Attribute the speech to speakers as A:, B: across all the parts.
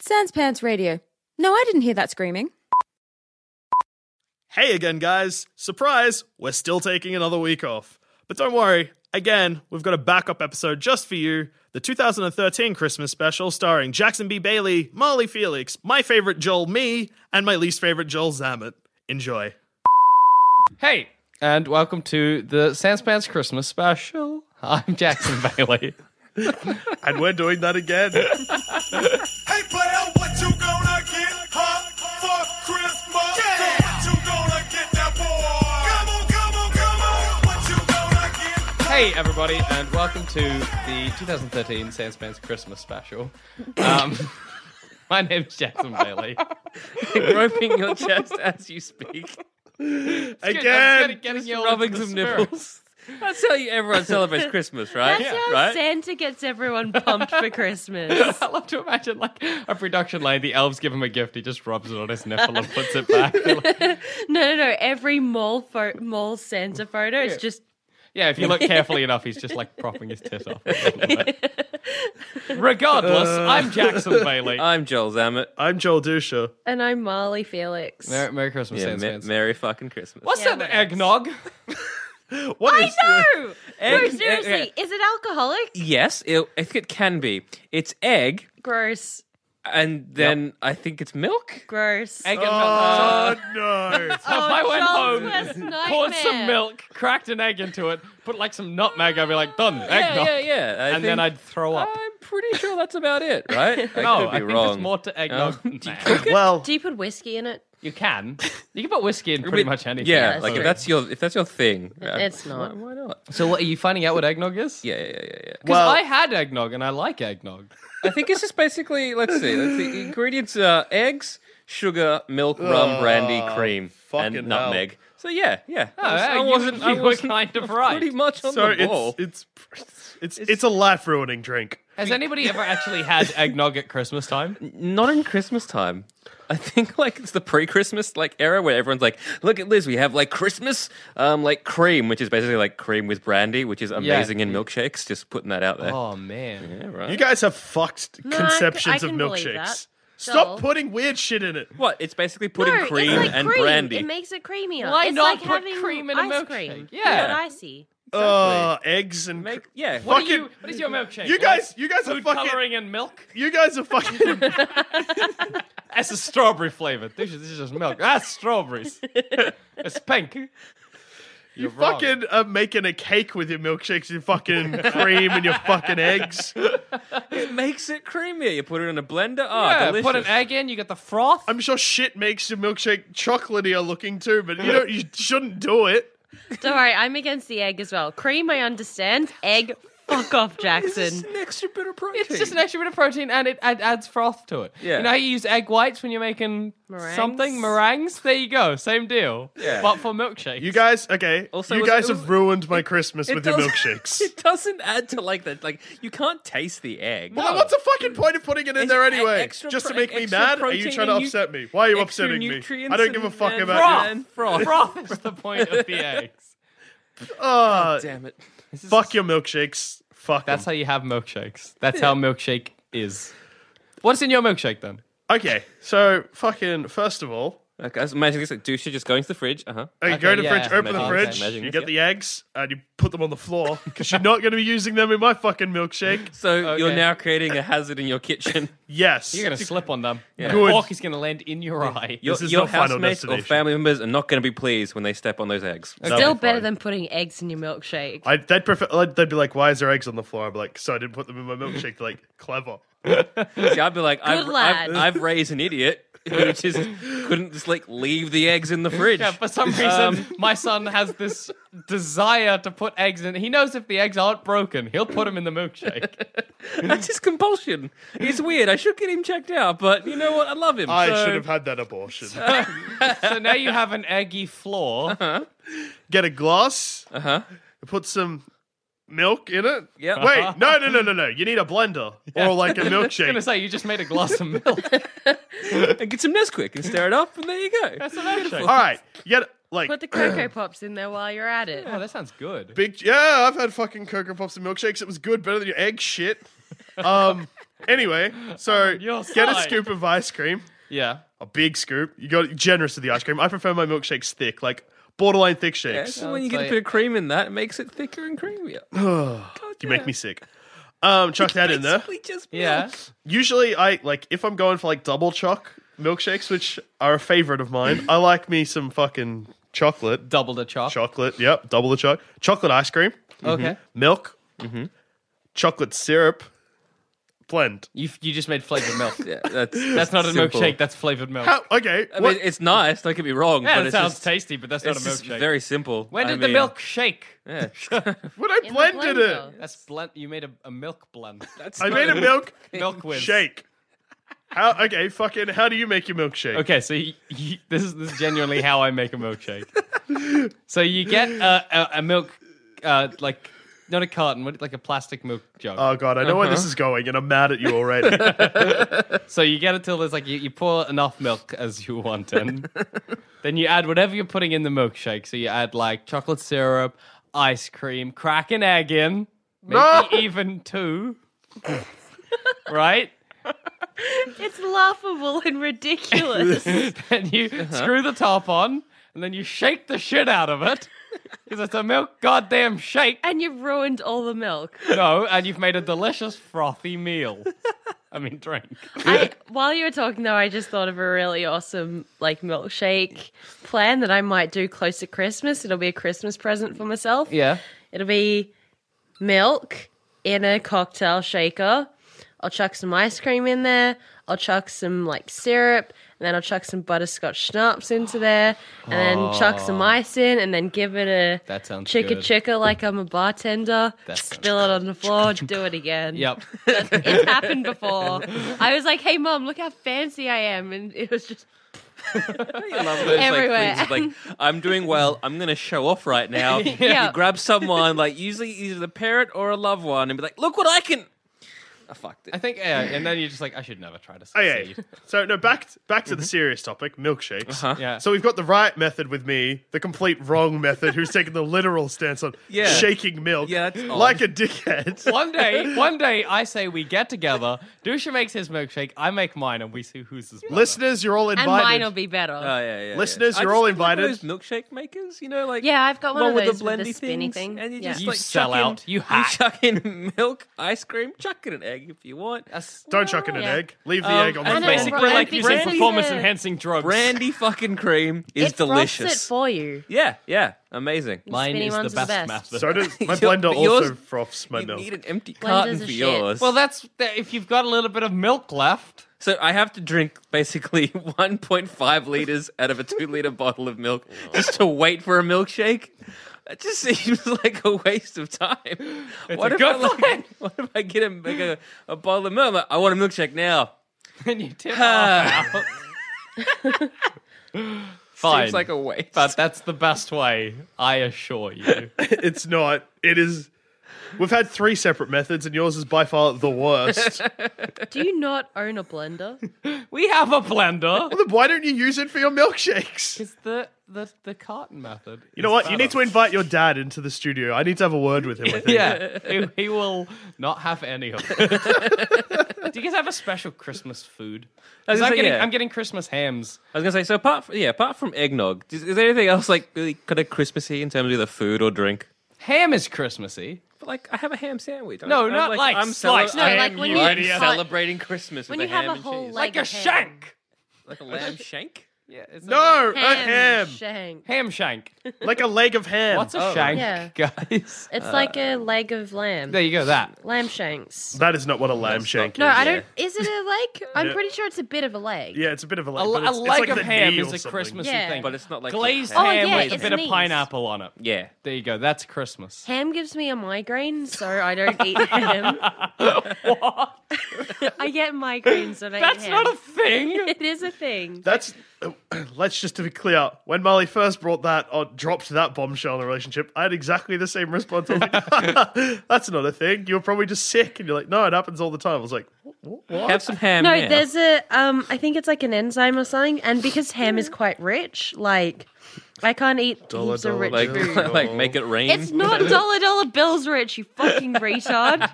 A: Sans Pants Radio. No, I didn't hear that screaming.
B: Hey again, guys. Surprise, we're still taking another week off. But don't worry, again, we've got a backup episode just for you the 2013 Christmas special starring Jackson B. Bailey, Marley Felix, my favorite Joel Me, and my least favorite Joel Zammit. Enjoy.
C: Hey, and welcome to the Sanspans Christmas special. I'm Jackson Bailey.
B: And we're doing that again.
D: Hey, player, what you gonna get, huh? For Christmas. Yeah. What you gonna get that boy? Come on, come on, come on. What you gonna get?
C: Hey, everybody, and welcome to the 2013 Sanspans Christmas special. Um, my name's Jackson Bailey.
E: groping your chest as you speak,
B: again.
C: rubbing some nipples.
E: That's how you, everyone celebrates Christmas, right?
A: That's how
E: right?
A: Santa gets everyone pumped for Christmas.
C: I love to imagine like a production line. The elves give him a gift. He just rubs it on his nipple and puts it back.
A: No, no, no. Every mall fo- mall Santa photo, it's just
C: yeah, if you look carefully enough, he's just like propping his tit off. Regardless,
E: Uh.
C: I'm Jackson Bailey.
E: I'm Joel Zammit.
B: I'm Joel Dusha.
A: and I'm Marley Felix.
C: Merry, Merry Christmas,
E: Yeah,
C: Sans
E: me-
C: Pants.
E: Merry fucking Christmas.
C: What's
A: Yeah,
C: an
A: what else?
C: eggnog?
B: What
A: I
B: is
A: know. no,
E: Egg-
A: seriously,
E: egg-
A: is it alcoholic?
E: Yes, it, I think it can be. It's egg,
A: Gross,
E: and then I think it's milk.
A: gross.
C: Eggnog.
B: Oh, no.
E: Oh,
C: if I went
A: Charles' worst
C: home,
A: nightmare.
C: poured some milk, cracked an egg into it, put like some nutmeg, I'd be like, done,
E: Yeah,
C: eggnog.
E: yeah, yeah. I
C: and then
E: think-
C: I'd throw up.
E: I'm pretty sure that's about it, right?
C: no,
E: I could be
C: I think
E: wrong. Oh.
C: there's more to eggnog. than that.
B: Well,
A: Do you put whiskey in it?
C: you can. You can put whiskey in pretty
E: But-
C: much anything.
E: Yeah,
A: that's
E: like
A: true.
E: if that's your if that's your thing,
A: It's not.
E: Why, why not?
C: So what, are you finding out what eggnog is?
E: Yeah, yeah, yeah, yeah.
C: Because
B: Well-
C: I had eggnog and I like eggnog.
E: I think it's just basically let's see, let's see. Ingredients are eggs, sugar, milk, rum, brandy, cream,
B: Oh, fucking
E: and nutmeg. So yeah, yeah.
C: Oh, yeah,
E: I
C: you-
E: wasn't. I
C: you were
E: wasn't
C: kind of right.
E: Pretty much on
B: so
E: the ball.
B: it's, it's it's it's a life ruining drink.
C: Has anybody ever actually had eggnog at Christmas time?
E: Not in Christmas time. I think like it's the pre-Christmas like era where everyone's like, look at Liz, we have like Christmas, um, like cream, which is basically like cream with brandy, which is amazing in milkshakes. Just putting that out there.
C: Oh man.
E: Yeah, right.
B: You guys have fucked
A: I c-
B: conceptions
A: I
B: of
A: can believe
B: milkshakes.
A: that.
B: Stop
A: Joel.
B: putting weird shit in it.
E: What? It's basically
A: No,
E: putting
A: it's
E: cream
A: like
E: and
A: cream.
E: brandy.
A: It makes it creamier.
C: Why
A: it's
C: not
A: like
C: put
A: having
C: cream in a
A: ice
C: milkshake?
A: cream.
C: Yeah.
A: Not icy.
B: Uh, eggs and
E: Make-
B: cr-
E: yeah.
C: What,
B: Fucking-
C: are you, what is your milkshake?
B: you guys, you guys are
C: Food
B: fucking.
C: coloring and milk?
B: You guys are fucking.
C: That's a strawberry flavour. This is, this is just milk. That's strawberries. it's pink.
B: You
C: You're wrong.
B: fucking are making a cake with your milkshakes, your fucking cream, and your fucking eggs.
E: It makes it creamier. You put it in a blender. Oh,
C: Yeah,
E: delicious.
C: put an egg in, you get the froth.
B: I'm sure shit makes your milkshake chocolatey looking too, but you don't, you shouldn't do it.
A: Don't worry, I'm against the egg as well. Cream, I understand. Egg, fuck off, Jackson.
E: an extra bit of protein.
C: It's just an extra bit of protein and it ad- adds froth to it.
E: Yeah.
C: You know how you use egg whites when you're making
A: Meringues?
C: something? Meringues? There you go. Same deal.
E: Yeah.
C: But for milkshakes.
B: You guys, okay?
E: Also,
B: you
E: was-
B: guys
E: it was-
B: have ruined my Christmas
E: It
B: with your
E: doesn't-
B: milkshakes.
E: It doesn't add to like that. Like you can't taste the egg.
B: Well, then what's the fucking point of putting it in
E: It's
B: there
E: e-
B: anyway?
E: extra
B: Just to
E: pro-
B: make me
E: extra
B: mad? Are you
E: protein
B: trying to
E: and nu-
B: upset me? Why are you
E: extra
B: upsetting me?
E: nutrients
B: I don't give a
E: and-
B: fuck
E: and
B: about you.
E: and froth.
C: Froth is the point of the eggs.
B: Ah,
E: Damn it.
B: fuck your milkshakes. Fuck
C: That's
B: them.
C: how you have milkshakes. That's how milkshake is. What's in your milkshake then?
B: Okay, so fucking first of all,
E: Okay, that's amazing. It's like Dusha just going to the fridge. Uh huh.
B: And you go to
C: Okay,
B: the
C: yeah,
B: fridge, open the
E: imagine-
B: fridge,
E: imagine
B: you
E: this,
B: get the eggs, and you put them on the floor because you're not going to be using them in my fucking milkshake.
E: So you're
C: Okay.
E: now creating a hazard in your kitchen.
B: Yes.
C: You're gonna slip on them. The
B: Good.
C: Fork is gonna land in your eye.
E: Your,
B: This is
E: your
B: not Final
E: housemates or
B: Destination.
E: family members are not going to be pleased when they step on those eggs.
B: That'll
A: Still
B: be
A: better
B: fine.
A: than putting eggs in your milkshake.
B: I, they'd prefer. I'd- They'd be like, "Why is there eggs on the floor?" I'm like, "So I didn't put them in my milkshake." They're like, "Clever."
E: See, I'd be like, I've,
A: lad.
E: I've, I've raised an idiot who just couldn't just like leave the eggs in the fridge.
C: Yeah, for some reason,
E: Um,
C: my son has this desire to put eggs in. He knows if the eggs aren't broken, he'll put them in the milkshake.
E: That's his compulsion. It's weird. I should get him checked out, but you know what? I love him.
B: I
E: so-
B: should have had that abortion.
C: so now you have an eggy floor.
B: Get a glass. Uh huh. Put some milk in it.
E: Yep.
B: Wait, no, no, no, no, no. You need a blender or like a
C: I'm gonna
B: milkshake.
C: say you just made a glass of milk.
E: and get some Nesquik and stir it up, and there you go.
C: That's a milkshake.
B: All right, you get like
A: Put the cocoa pops in there while you're at it.
C: Oh, that sounds good.
B: big. Yeah, I've had fucking cocoa pops and milkshakes. It was good, better than your egg shit. Um. Anyway, so
C: your
B: get a
C: side.
B: scoop of ice cream.
C: Yeah.
B: a big scoop. You got generous with the ice cream. I prefer my milkshakes thick, like borderline thick shakes.
E: So when you get a
C: like-
E: bit of cream in that, it makes it thicker and creamier.
B: You make me sick. Um, chuck that in there.
E: Basically just
C: Yeah.
B: Usually, I like if I'm going for like double choc milkshakes, which are a favorite of mine. I like me some fucking chocolate,
C: Double the chop.
B: chocolate. Yep, double the choc, chocolate ice cream,
C: Okay.
E: Mm-hmm.
B: milk, chocolate syrup, blend.
C: You you just made flavored milk.
E: milk. Yeah, that's
C: That's not a
E: simple.
C: milkshake. That's flavored milk.
B: How, Oh, okay,
E: I
B: what-
E: mean, it's nice. Don't get me wrong,
C: yeah,
E: but
C: it
E: it's
C: sounds
E: just,
C: tasty, but that's not a
E: It's just
C: milkshake.
E: very simple.
C: when
E: I
C: did the
E: mean,
C: milk shake?
E: Yeah.
B: when I
A: In the
B: blended it,
A: blender.
C: That's blend. You made a, a milk blend. That's
B: I made a milk
C: milk whiz.
B: shake. How okay, fucking? How do you make your milkshake?
C: Okay, so you, you, this is this is genuinely how I make a milkshake. so you get a, a, a milk, uh, like not a carton, what, like a plastic milk jug.
B: Oh god, I know where this
E: Uh-huh.
B: is going, and I'm mad at you already.
C: so you get it till there's like you, you pour enough milk as you want in. then you add whatever you're putting in the milkshake. So you add like chocolate syrup, ice cream, crack an egg in, maybe even two. right?
A: It's laughable and ridiculous.
C: and you screw the top on, and then you shake the shit out of it because it's a milk goddamn shake.
A: and you've ruined all the milk.
C: No, and you've made a delicious frothy meal. I mean, drink.
A: I, while you were talking, though, I just thought of a really awesome like milkshake plan that I might do close to Christmas. It'll be a Christmas present for myself.
C: Yeah.
A: It'll be milk in a cocktail shaker. I'll chuck some ice cream in there. I'll chuck some like syrup, and then I'll chuck some butterscotch schnapps into there, and then chuck some
E: Oh.
A: ice in, and then give it a
C: That sounds
A: chicka
C: good.
A: chicka like I'm a bartender.
C: That sounds
A: Spill it on the floor. Do it again.
C: Yep.
A: It's happened before. I was like, "Hey, mom, look how fancy I am," and it was just
E: I love those
A: Everywhere.
E: like things of, like I'm doing well. I'm going to show off right now.
A: Yeah.
E: You grab someone like usually either the parent or a loved one and be like, "Look what I can." Ah, I fucked it.
C: I think, yeah, and then you're just like, I should never try to
B: okay,
C: succeed.
B: so no, back back to the
E: Mm-hmm.
B: serious topic, milkshakes.
E: Uh-huh.
C: Yeah.
B: So we've got the right method with me, the complete wrong method. Who's taking the literal stance on
E: Yeah.
B: shaking milk?
E: Yeah, that's odd.
B: like a dickhead.
C: One day, one day, I say we get together. Dusha makes his milkshake. I make mine, and we see who's his. brother.
B: Listeners, you're all
A: and
B: invited.
A: mine will be better.
E: Oh, yeah, yeah, yeah.
B: Listeners,
E: I
B: you're
E: just
B: all
E: think, like,
B: invited.
E: those milkshake makers, you know, like
A: Yeah, I've got one
E: along
A: of
E: with
A: those
E: the
A: with
E: blendy
A: the spinny
E: things,
A: thing.
E: and you
A: Yeah.
E: just
C: You
E: like
C: sell
E: chuck
C: out.
E: In,
C: You hack.
E: chuck in milk, ice cream, chuck in an egg if you want.
C: That's
B: Don't chuck in an
A: Yeah.
B: egg. Leave the
E: Um,
B: egg on
E: I
B: the floor.
E: know,
A: bro-
C: basically we're like
A: Brandy-
C: using
A: Brandy-
C: performance enhancing drugs.
E: Brandy fucking cream is
A: it frosts
E: delicious.
A: it for you.
E: yeah, yeah, amazing.
C: Mine
A: Spinny
C: is
A: ones are the
C: the best,
A: best.
C: method.
B: So does my
E: Your-
B: blender
E: but yours-
B: also froths my
E: you
B: milk.
E: need an empty
A: Blenders
E: carton
A: are
E: for
A: shit.
E: yours.
C: Well, that's if you've got a little bit of milk left.
E: So I have to drink basically 1.5 liters out of a 2 liter bottle of milk just to wait for a milkshake. That just seems like a waste of time. what
C: a
E: if
C: good
E: I like, what if I get a, like a, a bottle of milk? I'm like, I want a milkshake now.
C: and you tip half out. Fine.
E: Seems like a waste.
C: but that's the best way, I assure you.
B: It's not. It is We've had three separate methods, and yours is by far the worst.
A: Do you not own a blender?
C: We have a blender.
B: Then Why don't you use it for your milkshakes?
C: It's the the the carton method.
B: You know what? You need to invite your dad into the studio. I need to have a word with him. I think.
C: Yeah, he, he will not have any of it. Do you guys have a special Christmas food? 'Cause
E: was gonna
C: I'm,
E: say,
C: getting,
E: yeah.
C: I'm getting Christmas hams.
E: I was gonna say, so apart from, yeah, apart from eggnog, is, is there anything else like really kind of Christmassy in terms of either food or drink?
C: Ham is Christmassy.
E: But like, I have a ham sandwich.
C: No, not like sliced.
A: No,
E: I
A: like
E: am
A: when you
E: already
A: cut-
E: celebrating Christmas
A: when
E: with
A: you
E: a
A: have
E: ham
A: a whole
E: and cheese.
A: leg
C: Like a
A: of ham.
C: shank.
E: like a lamb shank.
C: Yeah, it's
B: No,
A: Ham,
B: a ham,
A: shank.
C: ham shank. Oh.
B: like a leg of ham.
C: What's a shank,
A: Yeah.
C: guys?
A: It's like a leg of lamb.
C: There you go. That
A: Lamb shanks.
B: that? Is not what a lamb shank.
A: No,
B: is.
A: I don't. Is it a leg? I'm pretty sure it's a bit of a leg.
B: Yeah, it's a bit of a
C: a,
B: leg.
C: a
B: but
C: leg
B: it's- it's like
C: of
B: the
C: ham
B: knee or
C: is a
B: something.
C: Christmassy
A: Yeah.
C: thing,
E: But it's not like
C: glazed
E: ham.
A: Oh,
C: ham
A: yeah,
C: with a
A: it's
C: bit of
A: knees.
C: pineapple on it.
E: Yeah,
C: There you go. That's Christmas.
A: Ham gives me a migraine, so I don't eat ham. I get migraines when I eat
C: That's
A: ham.
C: not a thing.
A: It is a thing.
B: That's. Let's just to be clear. When Molly first brought that or dropped that bombshell in a relationship, I had exactly the same response. I was like, "That's not a thing. You're probably just sick." And you're like, "No, it happens all the time." I was like,
E: have some ham.
A: No,
E: now.
A: there's a um I think it's like an enzyme or something, and because ham is quite rich, like I can't eat heaps
B: dollar
A: of rich
E: like
A: food.
E: like make it rain.
A: It's not dollar dollar bills rich, you fucking retard.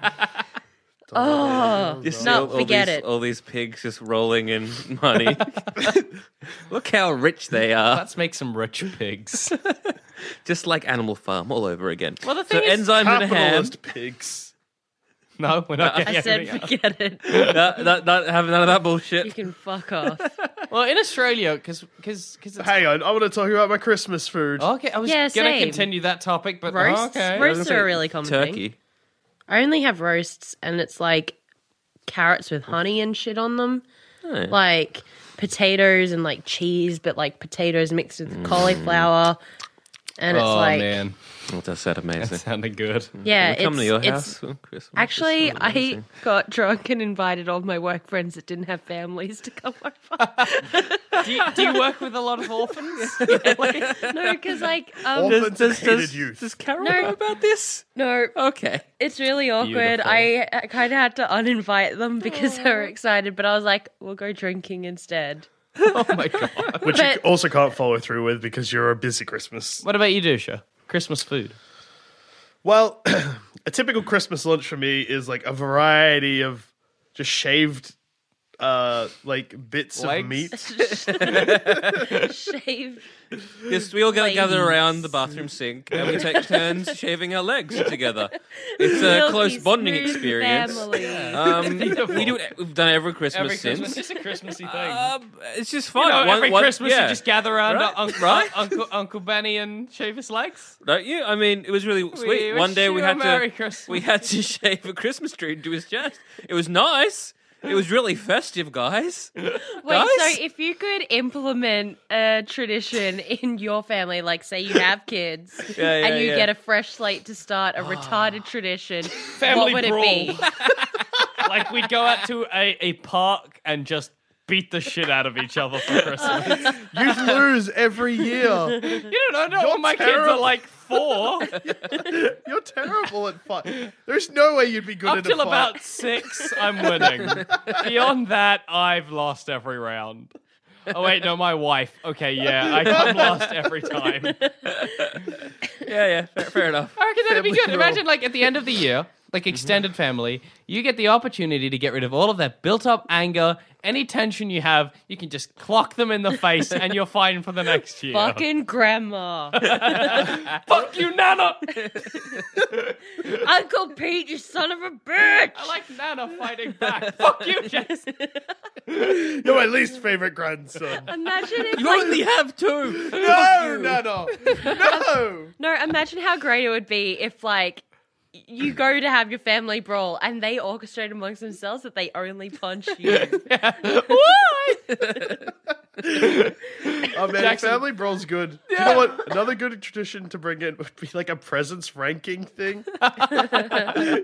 A: oh
E: Just see
A: no,
E: all- all
A: forget
E: these-
A: it.
E: All these pigs just rolling in money. Look how rich they are.
C: Let's make some rich pigs.
E: Just like Animal Farm all over again.
C: Well, the
E: So
C: thing is-
E: enzymes and ham.
B: "Capitalist pigs."
C: no, we're not getting
A: I said
C: everything else.
A: forget it.
E: No, no, no, have none of that bullshit.
A: You can fuck off.
C: Well, in Australia, because because because it's
B: Hang on, I want to talk about my Christmas food.
C: okay. I was
A: Yeah,
C: gonna
A: same.
C: continue that topic, but
A: Roasts,
C: okay.
A: roasts are a really common thing.
E: Turkey.
A: I only have roasts, and it's like carrots with honey and shit on them, like potatoes and like cheese, but like potatoes mixed with
E: Mm.
A: cauliflower, and it's
C: Oh
A: like
C: man,
E: Oh, does sound amazing.
C: that sounded good.
A: yeah,
E: Come
A: it's,
E: to your
A: it's-
E: house on Christmas.
A: Actually, I got drunk and invited all my work friends that didn't have families to come over.
C: Do you, do you work with a lot of orphans?
A: no, because like um,
B: Orphans and hated youth.
E: does Carol
A: No.
E: know about this?
A: no,
E: Okay.
A: It's really awkward.
C: Beautiful.
A: I kind of had to uninvite them because they were excited, but I was like, we'll go drinking instead.
C: oh my god.
B: which you
A: But-
B: also can't follow through with because you're a busy Christmas.
C: What about you, Dusha? Christmas food.
B: Well, a typical Christmas lunch for me is like a variety of just shaved, uh, like bits
C: Legs?
B: of meat.
A: Shave.
E: Just we all gotta gather
A: Ladies.
E: around the bathroom sink and we take turns shaving our legs together. It's a
A: Milky
E: close bonding
A: smooth
E: experience.
A: Family.
E: Um, we do it, we've done it every Christmas
C: Every
E: since.
C: Christmas, it's a Christmassy thing.
E: Um, it's just fun.
C: You know,
E: One-
C: every
E: one-
C: Christmas
E: yeah.
C: you just gather around
E: Right?
C: un-
E: Right?
C: un- Uncle Uncle Benny and shave his legs.
E: Don't you? I mean, it was really sweet.
C: wish
E: One day we
C: you a
E: had
C: Merry
E: to
C: Christmas.
E: we had to shave a Christmas tree and do his chest. It was nice. It was really festive, guys.
A: Wait,
E: Guys?
A: so if you could implement a tradition in your family, like say you have kids
E: yeah,
A: and you
E: yeah. Ah.
A: get a fresh slate to start a retarded tradition,
C: Family
A: what would it be?
C: brawl. like we'd go out to a, a park and just beat the shit out of each other for Christmas.
B: You lose every year.
C: you don't know, not all my kids are
B: terrible.
C: like four
B: You're terrible at fight. There's no way you'd be good
C: up
B: at
C: till
B: a fight.
C: about six. I'm winning. Beyond that, I've lost every round. Oh wait, no, my wife. Okay, yeah, I come last every time. I
E: Yeah, yeah, fair, fair enough.
C: reckon that'd be
B: Family
C: good.
B: rule.
C: Imagine like at the end of the year, like extended family, you get the opportunity to get rid of all of that built-up anger, any tension you have. You can just clock them in the face, and you're fine for the next year.
A: Fucking grandma.
C: Fuck you, Nana.
A: Uncle Pete, you son of a bitch.
C: I like Nana fighting back. Fuck you, Jess.
B: You're my least favorite grandson.
A: Imagine if
E: You
A: like,
E: only have two.
B: no, no, no, no.
A: No, imagine how great it would be if like you go to have your family brawl and they orchestrate amongst themselves that they only punch you.
B: Oh man,
C: Jackson.
B: family brawl's good. Do you know what? Another good tradition to bring in would be like a presence ranking thing.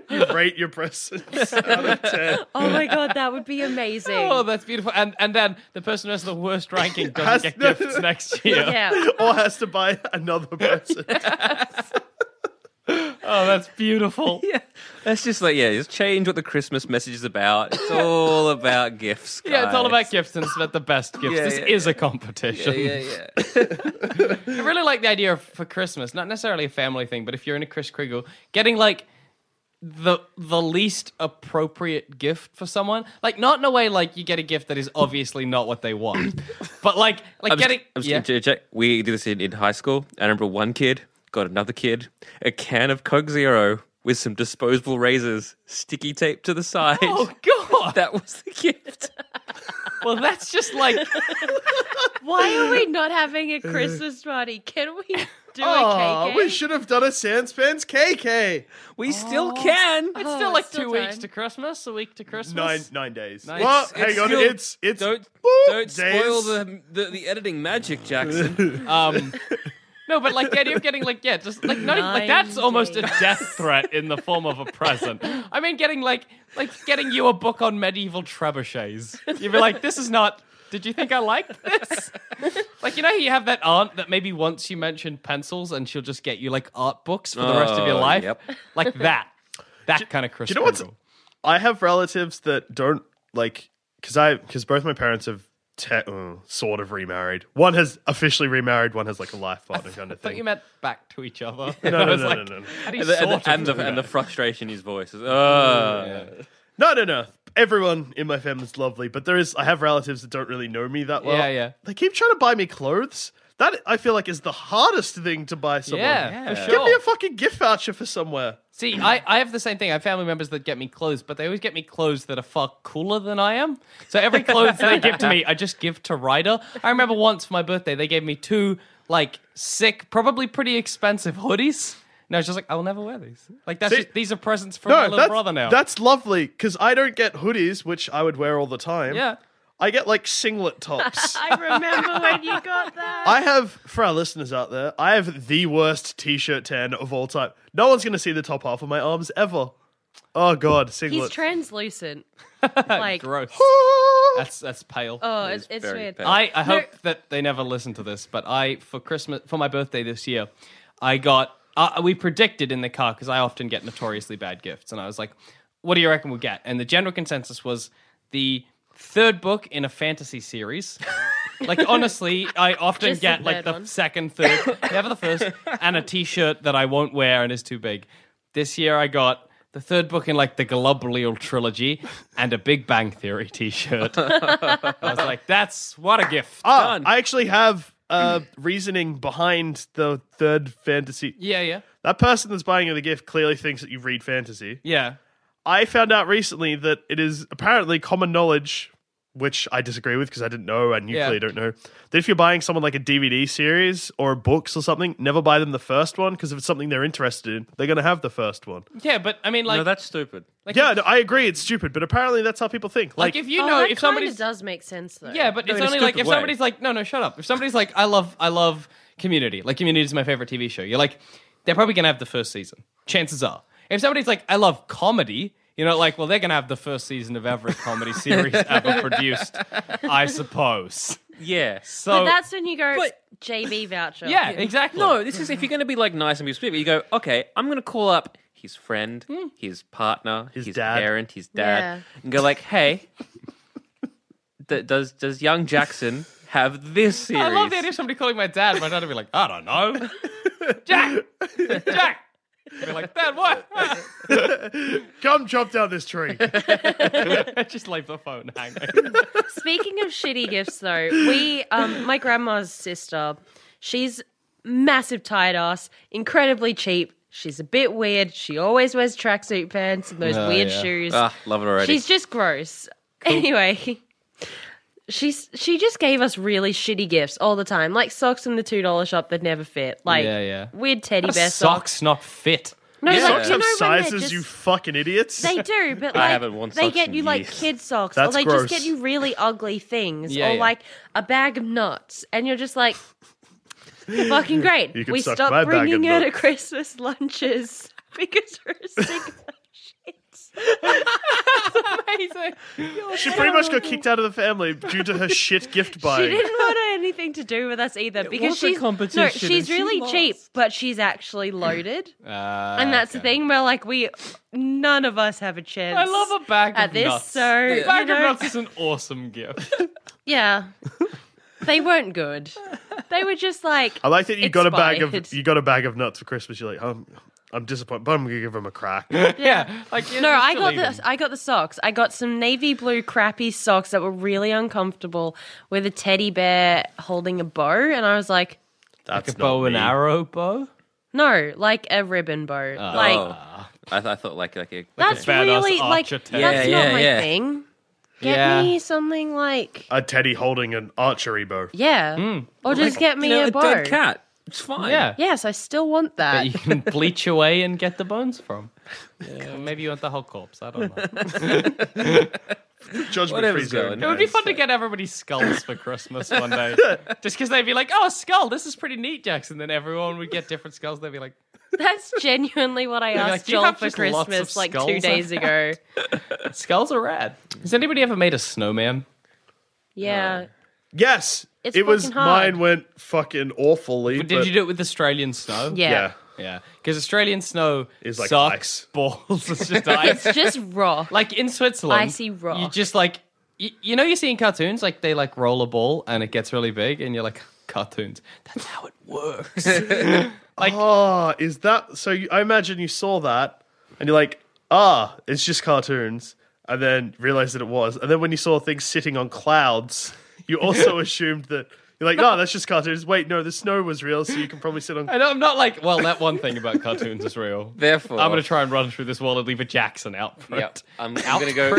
B: you rate your presents out of ten.
A: oh my god, that would be amazing.
C: Oh, that's beautiful. And and then the person who has the worst ranking
B: Has-
C: doesn't get gifts next year.
A: yeah.
B: or has to buy another present.
C: Oh, that's beautiful.
E: Yeah, that's just like yeah, just change what the Christmas message is about. It's all about gifts.
C: Yeah, it's all
E: guys.
C: about gifts and it's about the best gifts.
E: Yeah,
C: this
E: yeah,
C: is a competition.
E: Yeah, yeah,
C: I really like the idea of, for Christmas, not necessarily a family thing, but if you're in a Chris Kringle, getting like the the least appropriate gift for someone, like not in a way like you get a gift that is obviously not what they want, but like like
E: I'm just-
C: getting
E: I'm just
C: yeah.
E: gonna check. We did this in, in high school. I remember one kid got another kid a can of Coke Zero with some disposable razors, sticky tape to the side.
C: oh god.
E: That was the gift.
C: well, that's just like
A: Why are we not having a Christmas party? Can we do a
B: Oh,
A: cake?
B: we should have done a Sanspans KK.
E: We still
B: Oh.
E: can.
C: it's still like
A: Oh, still
C: two
A: time.
C: weeks to Christmas, a week to Christmas.
B: Nine nine days.
C: Nice.
B: Well,
C: It's-
B: hang
E: it's
B: on.
E: still-
B: it's it's
E: Don't
B: boop
E: don't spoil
B: days.
E: the, the the editing magic, Jackson.
C: Um, no, but like the idea of getting like yeah, just like not even, like
A: Nine
C: that's almost a
A: days.
C: death threat in the form of a present. I mean, getting like like getting you a book on medieval trebuchets. You'd be like, this is not. Did you think I liked this? like you know, you have that aunt that maybe once you mention pencils, and she'll just get you like art books for the rest of your
E: Oh,
C: life,
E: yep.
C: like that. That kind of Christmas.
B: you know what's- I have relatives that don't like because I because both my parents have te- uh, sort of remarried. One has officially remarried. One has like a life partner kind of
C: thought you
B: thing.
C: meant back to each other.
B: No,
C: I
B: no,
C: was
B: no,
C: like,
B: no, no, no.
C: How do you
E: and the, and
C: sort
E: the, and
C: of
E: the,
C: do
E: and the
C: that?
E: frustration in his voice. is, "Ugh."
B: No, no, no. Everyone in my family's lovely, but there is I have relatives that don't really know me that well.
C: Yeah, yeah.
B: They keep trying to buy me clothes. That I feel like is the hardest thing to buy someone.
C: Yeah, for
B: Give me
C: sure.
B: a fucking gift voucher for somewhere.
C: See, I, I have the same thing. I have family members that get me clothes, but they always get me clothes that are far cooler than I am. So every clothes they give to me, I just give to Ryder. I remember once for my birthday, they gave me two, like, sick, probably pretty expensive hoodies. And I was just like, I will never wear these. Like, that's
B: See-
C: just, these are presents from my
B: No,
C: little
B: that's,
C: brother now.
B: that's lovely because I don't get hoodies, which I would wear all the time.
C: Yeah.
B: I get like singlet tops.
A: I remember when you got that.
B: I have, for our listeners out there, I have the worst t-shirt tan of all time. No one's going to see the top half of my arms ever. Oh God,
A: He's
B: singlet. Ah!
A: translucent. Like,
C: gross. that's, that's pale.
A: oh, it's,
E: It's
A: it's
E: very
A: weird.
E: bad.
C: I, I hope that they never listen to this, but I for Christmas for my birthday this year, I got uh, we predicted in the car because I often get notoriously bad gifts, and I was like, "What do you reckon we'll get?" And the general consensus was the third book in a fantasy series. like honestly, I often
A: Just the
C: get like
A: third
C: the
A: one.
C: second, third, never the first, and a T-shirt that I won't wear and is too big. This year I got. The third book in like the Globulil trilogy and a Big Bang Theory T-shirt. I was like, "That's what a gift."
B: Ah, I actually have uh, reasoning behind the third fantasy.
C: Yeah, yeah.
B: That person that's buying you the gift clearly thinks that you read fantasy.
C: Yeah.
B: I found out recently that it is apparently common knowledge, which I disagree with because I didn't know and you
C: Yeah.
B: clearly don't know, that if you're buying someone like a DVD series or books or something, never buy them the first one because if it's something they're interested in, they're going to have the first one.
C: Yeah, but I mean like
E: no, that's stupid.
B: yeah, no, I agree. It's stupid, but apparently that's how people think. Like,
C: like if you
A: oh,
C: know
A: that
C: if
A: kinda
C: somebody's
A: does make sense though.
C: Yeah, but it's
E: in a
C: only like
E: stupid
C: if
E: way.
C: somebody's like no no shut up. If somebody's like I love I love community. Like community is my favorite TV show. You're like they're probably going to have the first season. Chances are. If somebody's like I love comedy, you know like well they're going to have the first season of every comedy series ever produced, I suppose.
E: Yeah.
C: So
A: but that's when you go JB voucher.
C: yeah, exactly.
E: No, this is if you're going to be like nice and be sweet, but you go, okay, I'm going to call up his friend, his partner, his,
B: dad.
E: parent, his dad,
A: Hmm. Yeah.
E: and go like, hey, th- does does young Jackson have this series?
C: I love the idea of somebody calling my dad. My dad would be like, I don't know. Jack! Jack! I'd be like, Dad, what?
B: come chop down this tree.
C: Just leave the phone hanging.
A: Speaking of shitty gifts, though, we, um, my grandma's sister, she's massive tight ass, incredibly cheap. She's a bit weird. She always wears tracksuit pants and those
B: Oh,
A: weird shoes.
E: Ah, love it already.
A: She's just gross. Anyway, she's she just gave us really shitty gifts all the time, like socks from the two dollar shop that never fit, like
C: Yeah, yeah.
A: weird teddy
C: How do
A: bear socks.
C: socks not fit.
A: No, like,
B: Socks
A: you
B: have
A: know when they're
B: sizes,
A: just-
B: you fucking idiots.
A: They do, but like
E: haven't worn
A: they
E: socks
A: get
E: in
A: you like
E: years.
A: kid socks,
B: That's
A: or they
B: gross.
A: just get you really ugly things,
C: Yeah,
A: or
C: yeah.
A: like a bag of nuts, and you're just like, fucking great.
B: You can
A: we
B: suck
A: stopped
B: my bag of
A: bringing her to
B: nuts.
A: Christmas lunches because we're sick of shit.
C: Amazing.
B: she pretty much got kicked out of the family due to her shit gift
A: She
B: buying.
A: didn't want any anything to do with us either because
C: was a
A: she's
C: competition
A: no,
C: and
A: she's
C: she
A: really
C: lost.
A: cheap, but she's actually loaded,
B: Ah,
C: Uh,
A: and that's the
C: okay.
A: thing where like we none of us have a chance.
C: I love a bag
A: at
C: of
A: this,
C: nuts.
A: so
C: A bag
A: you know,
C: of nuts is an awesome gift.
A: yeah, they weren't good. They were just like
B: I like that you got a bag of
A: Expired.
B: you got a bag of nuts for Christmas. You're like, I'm, I'm disappointed, but I'm gonna give him a crack.
C: yeah, like
A: No, I got the I got the socks. I got some navy blue crappy socks that were really uncomfortable with a teddy bear holding a bow, and I was like,
B: That's
C: like a
B: not
C: bow and
B: me.
C: arrow bow.
A: no, like a ribbon bow. like
E: I, th- I thought like like, a, like
A: that's
C: badass
A: really like
C: archer
A: that's
C: teddy.
A: not
E: Yeah, yeah,
A: my
E: yeah.
A: thing. Get
C: Yeah.
A: me something like
B: A teddy holding an archery bow.
A: yeah, or just get me
E: you know,
A: a
E: a
A: bow.
E: dead cat. It's fine.
C: Yeah,
A: Yes, I still want that.
C: that you can bleach away and get the bones from. Yeah, maybe you want the whole corpse. I don't know.
B: Judgment free
E: Whatever's
B: zone.
E: going
C: It
E: on.
C: would be fun to get everybody's skulls for Christmas one day. Just because they'd be like, oh, a skull. This is pretty neat, Jackson. Then everyone would get different skulls. They'd be like,
A: That's genuinely what I
C: like,
A: asked
C: "Do you
A: Joel
C: have
A: for
C: just lots of
A: Christmas like two
C: skulls I
A: days ago.
C: skulls are rad. Has anybody ever made a snowman?
A: Yeah,
B: Yes,
A: It's
B: it was
A: fucking hard.
B: mine. Went fucking awfully.
C: But did you do it with Australian snow?
A: yeah.
B: Yeah.
C: Yeah. Because Australian snow
B: It's like
C: sucks
B: ice.
C: balls. It's just ice.
A: It's just raw.
C: like in Switzerland,
A: Icy rock.
C: Um, You just like you, you know you see in cartoons like they like roll a ball and it gets really big and you're like cartoons. That's how it works.
B: Ah, is that so? You, I imagine you saw that, and you're like, ah, it's just cartoons, and then realized that it was, and then when you saw things sitting on clouds, you also assumed that. You're like, no, that's just cartoons. Wait, no, the snow was real, so you can probably sit on.
C: I know I'm not like well that one thing about cartoons is real.
E: Therefore,
C: I'm gonna try and run through this wall and leave a Jackson out front.
E: Yep. I'm, I'm gonna go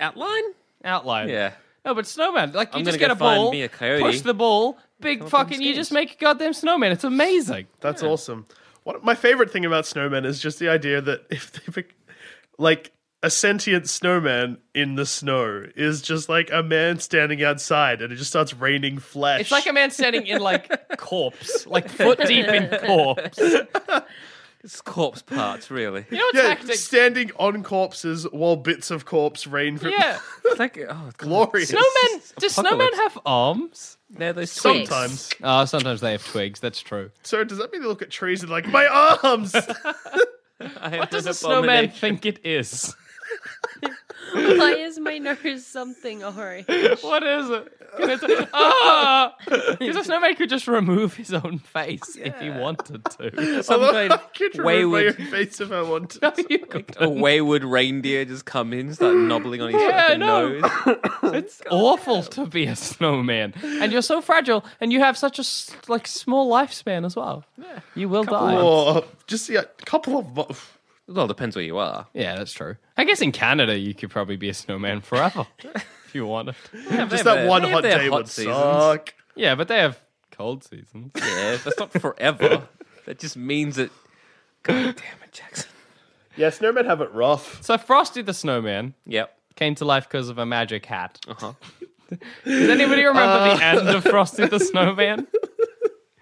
E: outline.
C: outline.
E: Yeah.
C: No, but snowman. Like you
E: I'm
C: just
E: gonna
C: get
E: go
C: a ball,
E: find me a coyote.
C: push the ball, big fucking. You just make a goddamn snowman. It's amazing.
B: That's awesome. What my favorite thing about snowmen is just the idea that if they bec- like a sentient snowman in the snow is just like a man standing outside and it just starts raining flesh.
C: It's like a man standing in like corpse, like foot deep in corpse. You
E: It's corpse parts, really.
C: know what
B: yeah,
C: tactic?
B: standing on corpses while bits of corpse rain from
C: yeah.
E: It's like oh, God.
B: glorious.
C: Snowmen. Do snowmen
E: apocalypse.
C: have arms?
E: They're those twigs.
B: Sometimes.
C: Oh, sometimes they have twigs. That's true.
B: So does that mean they look at trees and like my arms?
E: I
C: What
E: am
C: does
E: an
C: a snowman
E: abomination.
C: think it is?
A: Why is my nose something orange?
C: What is it? And it's- Ah! Because a snowman could just remove his own face if he wanted to.
E: Some kind
B: I
E: of
B: could remove my own
E: wayward,
B: face if I want. to.
C: No, you couldn't.
E: a wayward reindeer just come in, start nobbling on his
C: Yeah, I
E: fucking
C: know.
E: nose.
C: It's awful to be a snowman, and you're so fragile, and you have such a s- like small lifespan as well. You will die.
B: Or Oh, just yeah, a couple of mo-
E: Well, depends where you are.
C: Yeah, that's true. I guess in Canada you could probably be a snowman forever if you wanted.
B: just that one
E: they have
B: hot
E: their
B: day
E: hot
B: would
E: seasons.
B: suck.
C: Yeah, but they have cold seasons.
E: Yeah, that's not forever. that just means that. God damn it, Jackson.
B: Yeah, snowmen have it rough.
C: So Frosty the Snowman
E: Yep.
C: came to life because of a magic hat. Does anybody remember the end of Frosty the Snowman?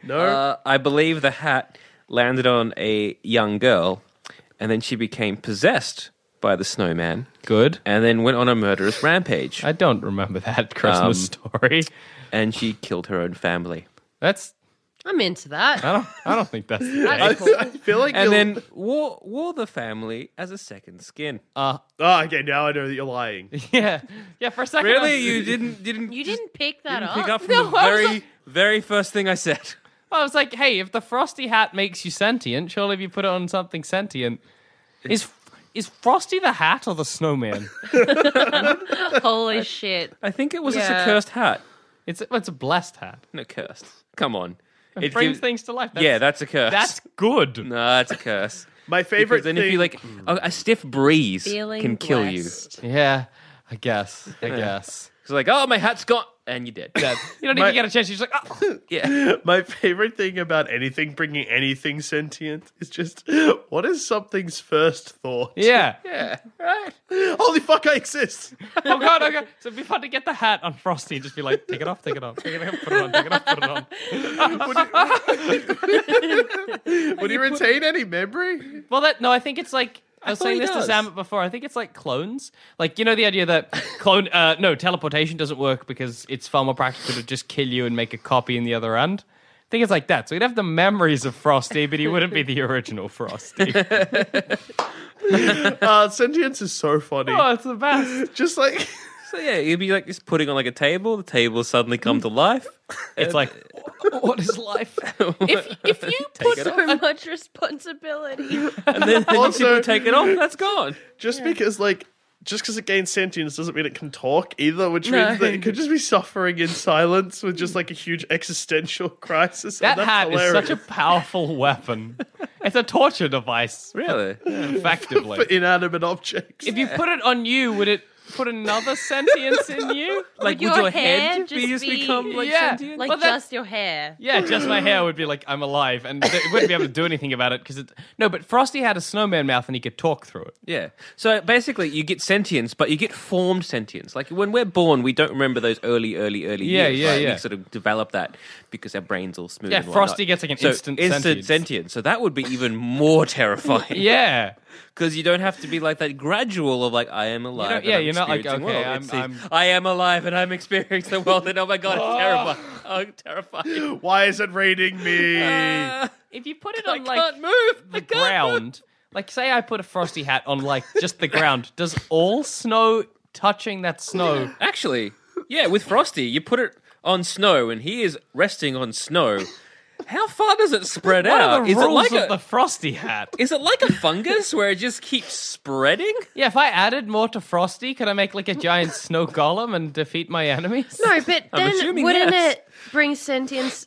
B: No.
E: Uh, I believe the hat landed on a young girl, and then she became possessed by the snowman,
C: Good.
E: and then went on a murderous rampage,
C: I don't remember that
E: Um.
C: Christmas story.
E: and she killed her own family.
C: That's
A: I'm into that.
C: I don't I don't think that's the
A: That's
C: case.
A: cool.
B: I feel like
E: And
B: you'll-
E: then wore, wore the family as a second skin.
B: Oh, okay, now I know that you're lying.
C: Yeah, yeah. For a second, I
E: really,
C: was-
E: you didn't didn't
A: You didn't pick that
E: didn't
A: up.
E: pick up from
C: No,
E: the
C: I was
E: very
C: like-
E: very first thing I said.
C: I was like, hey, if the frosty hat makes you sentient, surely if you put it on something sentient, is is Frosty the hat or the snowman?
A: Holy shit.
E: I think it was just
A: Yeah.
E: a cursed hat.
C: It's a, it's a blessed hat.
E: No, cursed. Come on.
C: It brings
E: gives-
C: things to life. That's,
E: Yeah, that's a curse.
C: that's good.
E: no, that's a curse.
B: My
E: Because
B: favorite
E: then,
B: thing.
E: if you like a, a stiff breeze
A: Feeling
E: can kill you. It's
A: blessed.
C: Yeah, I guess. I guess.
E: like, oh, my hat's gone, and you're dead.
C: That- you don't
B: My-
C: even get a chance. You're just like, oh.
E: yeah,
B: my favorite thing about anything bringing anything sentient is just what is something's first thought?
C: yeah.
E: yeah.
B: Holy fuck, I exist.
C: Oh god, oh god. So it'd be fun to get the hat on Frosty and just be like, take it off, take it off, take it off, put it on, take it off, put it on.
B: Would he retain any memory?
C: Well, that no, I think it's like I was
E: thought
C: saying
E: he
C: this to
E: does.
C: Sam before. I think it's like clones. Like you know the idea that clone uh, no teleportation doesn't work because it's far more practical to just kill you and make a copy in the other end. I think it's like that. So he'd have the memories of Frosty, but he wouldn't be the original Frosty.
B: Uh, sentience is so funny.
C: oh, it's the best.
B: Just like
E: So yeah, you'd be like just putting on like a table. The table suddenly come to life.
C: It's like what is life?
A: If, if you put
E: it
A: so much responsibility,
E: And then, then
B: Also-
E: you simply take it off. That's gone.
B: just because like just because it gains sentience doesn't mean it can talk either, which
E: No.
B: means that it could just be suffering in silence with just like a huge existential crisis.
C: That
B: and that's
C: hat
B: hilarious.
C: is such a powerful weapon. It's a torture device,
E: Really?
C: effectively.
B: for inanimate objects.
C: if you put it on you, would it put another sentience in you?
E: Like
A: your
E: would your
A: hair
E: head
A: just
E: be just
A: be-
E: become like
C: Yeah.
E: sentient?
A: like
C: Well, that-
A: just your hair.
C: Yeah, just my hair would be like, I'm alive, and th- it wouldn't be able to do anything about it because it. No, but Frosty had a snowman mouth and he could talk through it.
E: Yeah. So basically, you get sentience, but you get formed sentience. Like when we're born, we don't remember those early, early, early
C: Yeah,
E: years.
C: yeah,
E: right?
C: yeah.
E: We sort of develop that because our brains all smooth.
C: Yeah,
E: and whatnot.
C: Frosty gets, like, an
E: so
C: instant
E: instant
C: sentience.
E: So that would be even more terrifying.
C: Yeah.
E: because you don't have to be like that gradual of like I am alive.
C: don't-
E: and
C: yeah,
E: I'm
C: you're not like,
E: experiencing
C: okay,
E: world.
C: I'm-
E: It's the,
C: I'm-
E: I am alive and I'm experiencing the world, and oh my god, it's terrifying. Oh, terrifying.
B: Why is it reading me?
C: Uh, If you put it
E: I
C: on like
E: can't move.
C: the
E: I can't move.
C: ground, like say I put a Frosty hat on like just the ground, does all snow touching that snow?
E: Actually, yeah, with Frosty, you put it on snow, and he is resting on snow. How far does it spread
C: What
E: out?
C: are the
E: is it
C: rules
E: like
C: of
E: a
C: the Frosty hat?
E: is it like a fungus where it just keeps spreading?
C: Yeah, if I added more to Frosty, could I make like a giant snow golem and defeat my enemies?
A: No, but
E: I'm
A: then
E: assuming
A: wouldn't
E: yes.
A: it bring sentience?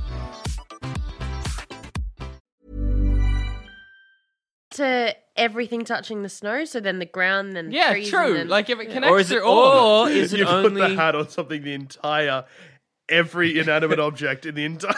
A: to everything touching the snow, so then the ground, then the
C: Yeah,
A: trees,
C: true.
A: And then,
C: Like if it connects
E: Or is it
C: through all
E: or is
B: you
E: it
B: put the
E: only
B: hat on something the entire every inanimate object in the entire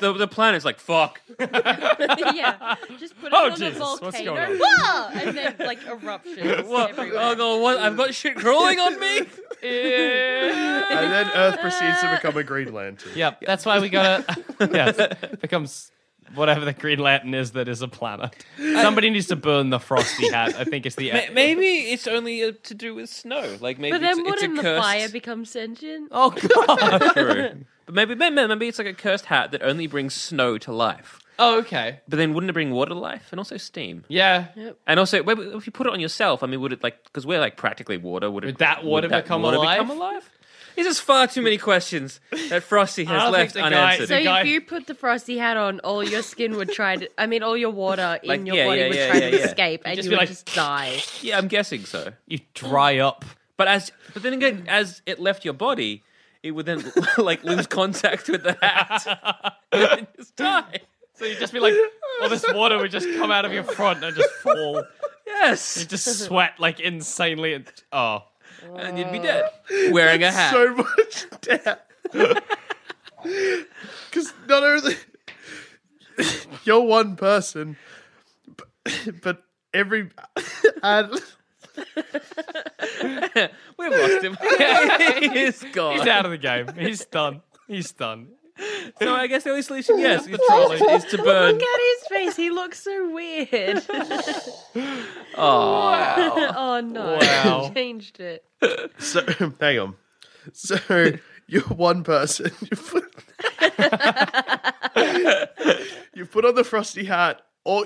E: the, the planet's like fuck?
A: yeah, just put it
C: Oh,
A: on a
C: Jesus,
A: volcano,
C: what's going on?
A: Whoa! and then like eruptions
E: What?
A: everywhere.
E: Oh god, what? I've got shit crawling on me.
B: and then Earth proceeds to become a Green Lantern.
C: Yep, that's why we gotta yes, becomes whatever the Green Lantern is that is a planet. Somebody needs to burn the Frosty hat. I think it's the
E: Ma- Maybe it's only uh, to do with snow. Like maybe
A: But then
E: it's, it's a
A: wouldn't the
E: cursed...
A: fire become sentient?
C: oh god.
E: True. But maybe, maybe maybe it's like a cursed hat that only brings snow to life.
C: Oh okay.
E: But then wouldn't it bring water to life and also steam?
C: Yeah,
E: And also, wait, if you put it on yourself, I mean, would it like because we're like practically water? Would, it,
C: Would that water become alive?
E: These is far too many questions that Frosty
C: I
E: has
C: don't think
E: left
C: the guy-
E: unanswered.
A: So
C: The guy-
A: if you put the frosty hat on, all your skin would try to. I mean, all your water in
E: Like,
A: your
E: yeah,
A: body
E: yeah,
A: would
E: yeah,
A: try
E: yeah,
A: to
E: yeah.
A: escape, and
C: just
A: you
C: be
A: would
C: like,
A: just die.
E: yeah, I'm guessing so.
C: you dry up.
E: But as but then again, as it left your body, it would then like lose contact with the hat and just die.
C: So you'd just be like, all this water would just come out of your front and just fall.
E: Yes,
C: You'd just sweat like insanely. And, oh,
E: and you'd be dead wearing a hat.
B: So much death. Because not only you're one person, but, but every and
E: We've lost him. He's gone.
C: he's out of the game. He's done. He's done.
E: So I guess the only solution, yes, is
C: trolling.
E: to, is to burn.
A: Look at his face; he looks so weird.
E: Oh,
A: oh no!
C: Wow.
A: Changed it.
B: so hang on. So you're one person. You put, you put on the frosty hat. All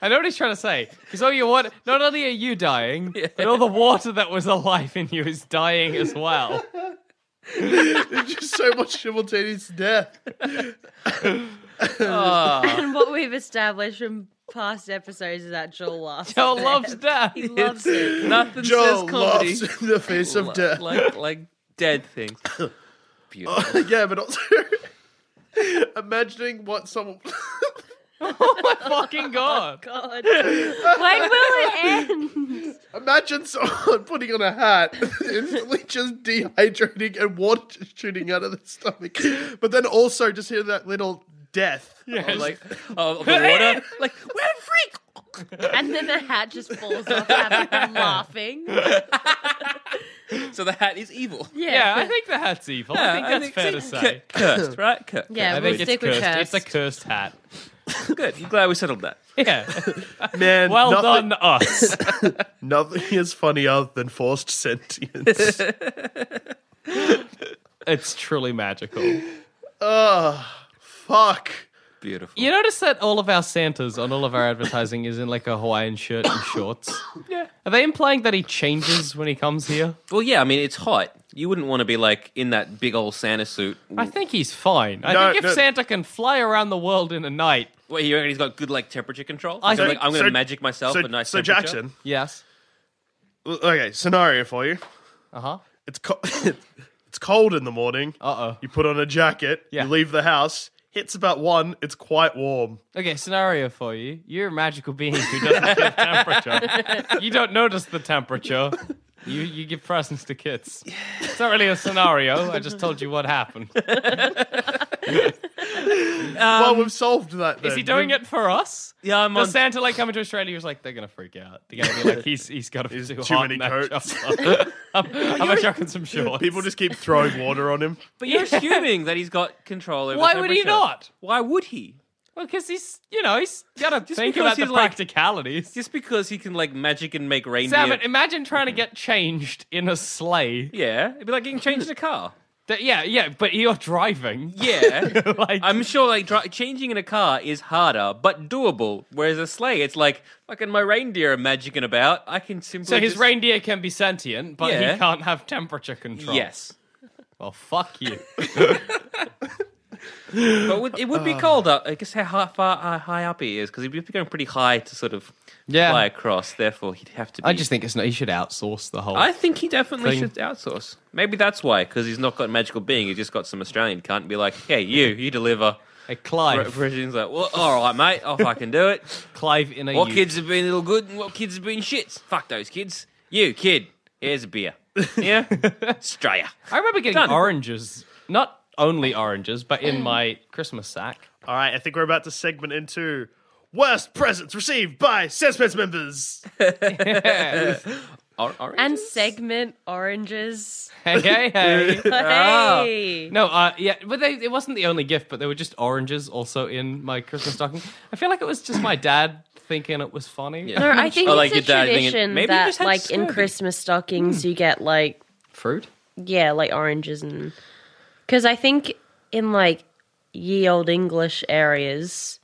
C: I know what he's trying to say. Because all you want, not only are you dying, but all the water that was alive in you is dying as well.
B: There's just so much simultaneous death.
A: and what we've established from past episodes is that Joel laughs.
C: Joel
A: at
C: loves
A: it.
C: death.
A: He loves it.
E: Nothing
B: Joel
E: says comedy
B: laughs in the face of
E: like,
B: death.
E: like like dead things. Beautiful.
B: yeah, but also imagining what someone.
C: Fucking God.
A: God. When will it end?
B: Imagine someone putting on a hat, instantly just dehydrating and water just shooting out of the stomach. But then also just hear that little death.
E: Oh, like oh, the water. Like we're freak.
A: And then the hat just falls off having them laughing.
E: So the hat is evil.
C: Yeah, I think the hat's evil. I think that's fair to say.
E: Cursed, right? Cursed.
A: Yeah,
C: I
A: we'll
C: think it's
A: stick with
C: cursed. It's a
A: cursed.
C: cursed hat.
E: Good. I'm glad we settled that.
C: Yeah.
B: Man,
C: Well
B: nothing,
C: done, us.
B: Nothing is funnier than forced sentience.
C: It's truly magical.
B: Fuck.
E: Beautiful.
C: You notice that all of our Santas on all of our advertising is in like a Hawaiian shirt and shorts. Yeah. Are they implying that he changes when he comes here?
E: Well, yeah. I mean, it's hot. You wouldn't want to be like in that big old Santa suit.
C: I think he's fine. I
B: No,
C: think if
B: no.
C: Santa can fly around the world in a night,
E: Wait, you reckon he's got good like temperature control?
C: I
E: So,
C: think-
E: like, I'm going to magic myself
B: so,
E: a nice.
B: so
E: temperature?
B: Jackson.
C: yes.
B: Okay, scenario for you.
C: Uh huh.
B: It's co- it's cold in the morning.
C: Uh oh.
B: You put on a jacket.
C: Yeah.
B: You leave the house. Hits about one. It's quite warm.
C: Okay, scenario for you. You're a magical being who doesn't get temperature. You don't notice the temperature. You you give presents to kids. It's not really a scenario. I just told you what happened.
B: well, we've solved that.
C: Um, Is
B: then.
C: he doing it for us?
E: Yeah, I'm on.
C: Does Santa like coming to Australia? He was like, they're gonna freak out. They're gonna be like, he's he's got a
B: He's
C: too,
B: too
C: hot
B: many
C: in that
B: coats.
C: jumper. I'm, I'm chucking some shorts.
B: People just keep throwing water on him.
E: But you're assuming that he's got control over.
C: Why would he
E: temperature.
C: not?
E: Why would he?
C: Well, because he's you know he's gotta think
E: because
C: about the
E: he's like-
C: practicalities.
E: Just because he can like magic and make reindeer.
C: Savin, imagine trying to get changed in a sleigh.
E: yeah, it'd be like getting changed in a car.
C: That- yeah, yeah, but you're driving.
E: Yeah.
C: like,
E: I'm sure like dri- changing in a car is harder, but doable. Whereas a sleigh, it's like fucking my reindeer are magicking about. I can simply
C: so his
E: just-
C: reindeer can be sentient, but
E: Yeah.
C: he can't have temperature control.
E: Yes,
C: Well, fuck you.
E: but would, it would
C: Ah.
E: be colder. I guess how high, far uh, high up he is because he'd be going pretty high to sort of
C: Yeah.
E: fly across. Therefore, he'd have to. Be...
C: I just think it's not. He should outsource the whole.
E: I think he definitely
C: Thing.
E: should outsource. Maybe that's why because he's not got magical being. He's just got some Australian cunt. Be like, hey, you, you deliver.
C: Hey, Clive,
E: Virginia's like, well, all right, mate, I'll fucking do it.
C: Clive in a.
E: What
C: youth.
E: kids have been little good and what kids have been shits? Fuck those kids. You, kid, here's a beer. Yeah? Australia.
C: I remember getting
E: Done.
C: oranges. Not only oranges, but in my Christmas sack.
B: All right, I think we're about to segment into worst presents received by Sandspence members.
E: Or- orange?
A: And segment oranges.
C: Hey, hey, hey.
A: Ah. Hey.
C: No, uh, yeah, but they, it wasn't the only gift, but there were just oranges also in my Christmas stocking. I feel like it was just my dad thinking it was funny.
E: Yeah.
A: No, I think it's
E: Or Oh, like
A: a
E: your dad thinking,
A: tradition
E: maybe you
A: that,
E: just had
A: like, in
E: Scurvy.
A: Christmas stockings, you get like
C: Fruit?
A: yeah, like oranges and because I think in like ye old English areas,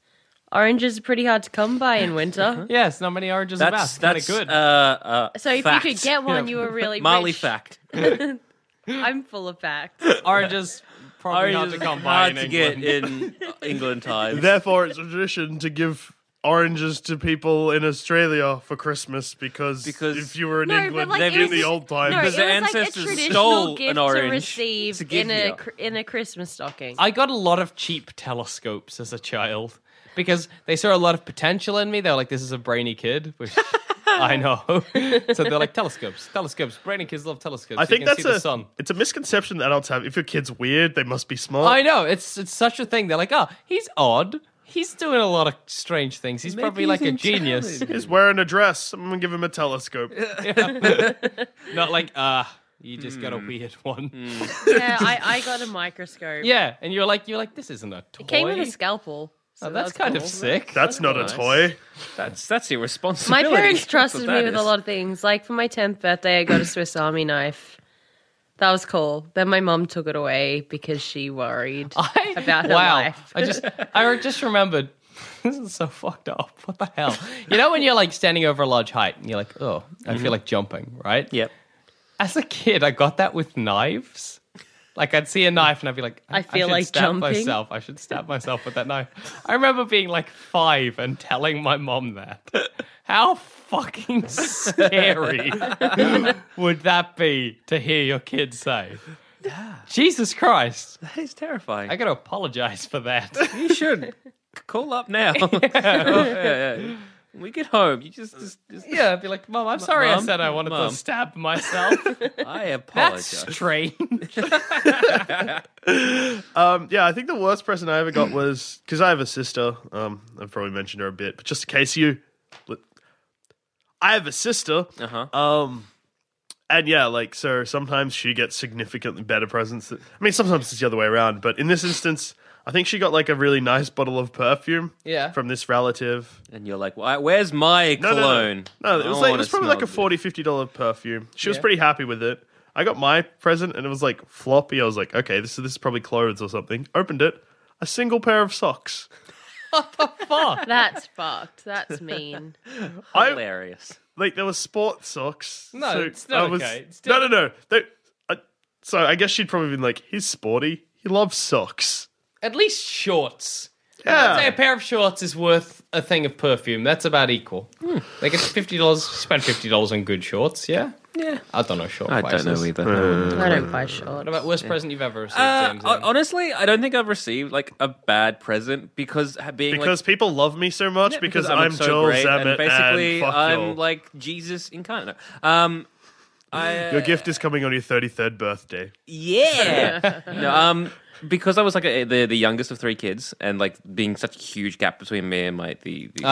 A: oranges are pretty hard to come by in winter.
C: Yes, not many oranges
E: that's,
C: about.
E: that's
C: Kinda good.
E: Uh, uh,
A: So if
E: fact.
A: you could get one, you were really
E: Marley
A: rich.
E: fact.
A: I'm full of facts.
C: oranges probably
E: Orange
C: hard
E: is
C: to come by
E: hard
C: in
E: to
C: England.
E: get in England times.
B: Therefore, it's a tradition to give oranges to people in Australia for Christmas because,
E: Because-
B: if you were in
A: No, but,
B: England
A: like,
E: it
B: in
E: was-
B: the old
A: No,
B: time,
A: it
E: Because
A: was
E: the
A: like a
E: ancestors stole
A: traditional
E: an
A: gift to
E: orange
A: receive
E: to
A: in
E: give
A: a
E: you.
A: cr- in a Christmas stocking.
C: I got a lot of cheap telescopes as a child because they saw a lot of potential in me. They were like, this is a brainy kid, which I know. so they're like, telescopes, telescopes. Brainy kids love telescopes.
B: I
C: You
B: think
C: can
B: that's
C: see the
B: a
C: sun.
B: it's a misconception that adults have. If your kid's weird, they must be smart.
C: I know. It's, it's such a thing. They're like, oh, he's odd. He's doing a lot of strange things. He's probably
E: he's
C: like a genius.
B: He's wearing a dress. I'm gonna give him a telescope.
C: Not like, uh, you just got a
B: Hmm.
C: weird one.
A: yeah, I, I got a microscope.
C: Yeah. And you're like, you're like, this isn't a toy.
A: came with a scalpel. So
C: Oh,
A: that was
C: that's kind of
A: cool.
C: sick.
B: That's not a
E: nice.
B: toy.
E: That's, that's irresponsible.
A: My parents trusted me with a lot of things. Like for my 10th birthday, I got a Swiss Army knife. That was cool. Then my mum took it away because she worried
C: I-
A: about her
C: wow.
A: life.
C: I just I just remembered this is so fucked up. What the hell? You know when you're like standing over a large height and you're like, oh, I feel like jumping, right?
E: Yep.
C: As a kid, I got that with knives. Like I'd see a knife and I'd be like, I,
A: I feel
C: should
A: like
C: stab
A: jumping.
C: myself. I should stab myself with that knife. I remember being like five and telling my mom that. How fucking scary would that be to hear your kid say? Jesus Christ!
E: That is terrifying.
C: I got to apologize for that.
E: you should call up now. Oh, yeah, yeah. When We get home. You just, just, just
C: Yeah, I'd be like, Mom, I'm sorry I
E: Mom?
C: said I wanted
E: Mom.
C: to stab myself.
E: I
C: That's
E: apologize.
C: strange.
B: Um, yeah, I think the worst present I ever got was because I have a sister. Um, I've probably mentioned her a bit, but just in case you, I have a sister.
E: Uh-huh.
B: Um, and yeah, like so, sometimes she gets significantly better presents. That, I mean, sometimes it's the other way around, but in this instance, I think she got like a really nice bottle of perfume.
C: Yeah.
B: from this relative.
E: and you're like, Why, where's my
B: No,
E: cologne?
B: no, no, no.
E: I
B: It was like it
E: wanna
B: was probably
E: smell
B: like a
E: good.
B: 40 50 dollar perfume. She was pretty happy with it. I got my present and it was like floppy. I was like, okay, this is this is probably clothes or something. Opened it, a single pair of socks.
A: That's fucked. That's mean.
B: I
E: Hilarious.
B: like there were sport socks.
C: No,
B: so
C: it's not
B: I was-
C: okay. It's still-
B: No, no, no. They, I, so I guess she'd probably been like, he's sporty. He loves socks.
C: At least shorts. I'd say a
B: Yeah,
C: pair of shorts is worth a thing of perfume. That's about equal. Like it's fifty dollars. Spend fifty dollars on good shorts. Yeah. Yeah. I don't know short
E: I
C: prices.
E: don't know either.
A: I don't buy
C: What
A: short.
C: about worst present you've ever received?
E: Uh,
C: James?
E: hon- honestly, I don't think I've received like a bad present because ha- being like,
B: because people love me so much
E: Yeah,
B: because, I'm,
E: so
B: Joel
E: great,
B: Zammit
E: and basically
B: fuck
E: I'm
B: y'all.
E: like Jesus incarnate. No. Um, I
B: Your gift is coming on your 33rd birthday.
E: yeah. no, um, because I was like a, the the youngest of three kids, and like being such a huge gap between me and my the, the
C: Oh,
E: middle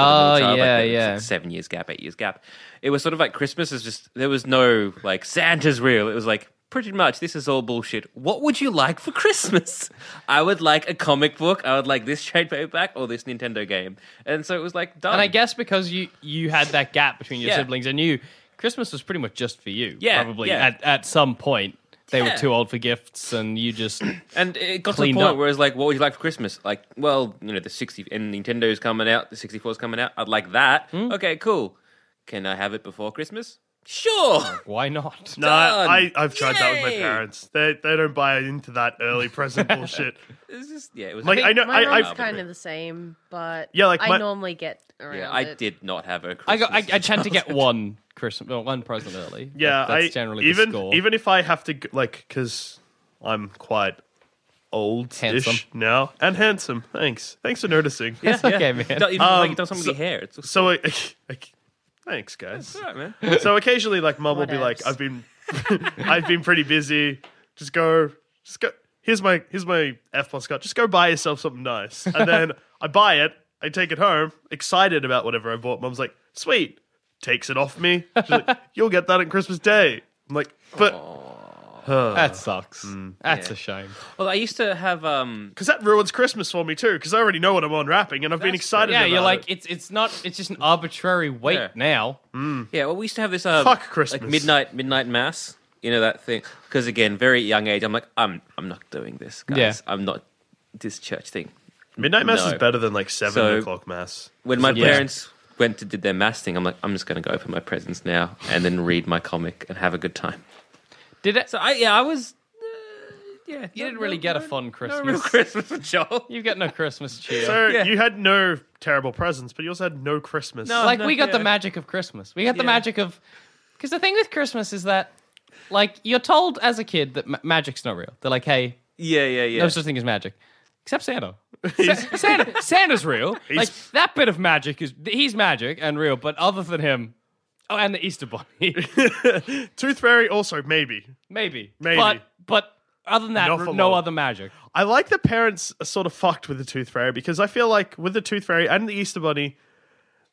E: child,
C: yeah,
E: like, it was,
C: yeah.
E: like, seven years gap, eight years gap. It was sort of like Christmas is just there was no like Santa's real. It was like pretty much this is all bullshit. What would you like for Christmas? I would like a comic book. I would like this trade paperback or this Nintendo game. And so it was like done.
C: and I guess because you you had that gap between your
E: Yeah.
C: siblings and you, Christmas was pretty much just for you.
E: Yeah,
C: Probably
E: yeah.
C: at at some point they were
E: Yeah.
C: too old for gifts and you just
E: And it got to the
C: cleaned
E: point
C: up.
E: where it's like, what would you like for Christmas? Like, well, you know, the 60 and Nintendo's coming out, the 64's coming out. I'd like that.
C: Hmm?
E: Okay, cool. Can I have it before Christmas? Sure.
C: why not?
B: No, I,
E: Done.
B: I, I've tried that with my
E: Yay.
B: parents. They they don't buy into that early present bullshit.
E: It's just, yeah, it was
B: Like,
E: a big-
B: I know-
A: My
B: I-
A: mom's
B: I-
A: kind of the same, but
B: Yeah, like
A: I
B: my-
A: normally get around.
E: Yeah, I
A: it.
E: did not have a Christmas.
C: I got. I, I tend to get one Christmas, well, one present early.
B: Yeah,
C: That- that's
B: I,
C: generally
B: even
C: the score.
B: even if I have to g- like because I'm quite old
C: Handsome.
B: ish now and handsome. Thanks, thanks for noticing.
C: it's okay, man.
E: No, even, like,
B: Um,
E: you done something with your hair. It's just,
B: So, I, I- thanks, guys.
E: all right, man.
B: So occasionally, like, mum will be like,
A: Whatevs.
B: "I've been, I've been pretty busy. Just go, just go. Here's my here's my F plus card. Just go buy yourself something nice." And then I buy it. I take it home, excited about whatever I bought. Mum's like, "Sweet," takes it off me. She's like, "You'll get that on Christmas Day." I'm like, "But."
C: that sucks.
B: Mm.
C: that's a shame.
E: Well, I used to have. um
B: because that ruins Christmas for me too. Because I already know what I'm unwrapping, and I've been
E: That's
B: excited.
C: Yeah,
B: about
C: you're like
B: it. Mm.
C: it's it's not. It's just an arbitrary wait
E: Yeah.
C: now.
E: Yeah, well, we used to have this. Um,
B: Fuck Christmas.
E: Like midnight, midnight mass. You know that thing. Because again, very young age, I'm like, I'm, I'm not doing this, guys.
C: Yeah.
E: I'm not this church thing.
B: midnight mass
E: No.
B: is better than like seven
E: So-
B: o'clock mass.
E: when my
B: Is it better?
E: parents went to did their mass thing, I'm like, I'm just going to go open my presents now and then read my comic and have a good time.
C: Did it?
E: So I yeah, I was
A: uh,
E: yeah.
C: you didn't really get a fun Christmas.
E: Christmas with Joel.
C: You've got no Christmas cheer.
B: so
E: Yeah.
B: you had no terrible presents, but you also had no Christmas.
E: No.
C: like we got the
E: yeah.
C: magic of Christmas. We got the magic of because the thing with Christmas is that like you're told as a kid that ma- magic's not real. They're like, hey,
E: Yeah, yeah, yeah.
C: no such thing as magic, except Santa. Sa- Santa, Santa's real. Like that bit of magic is he's magic and real, but other than him, oh, and the Easter Bunny,
B: Tooth Fairy also maybe.
C: maybe,
B: Maybe.
C: but but other than that,
B: Not for
C: no
B: long.
C: other magic.
B: I like that parents are sort of fucked with the Tooth Fairy because I feel like with the Tooth Fairy and the Easter Bunny,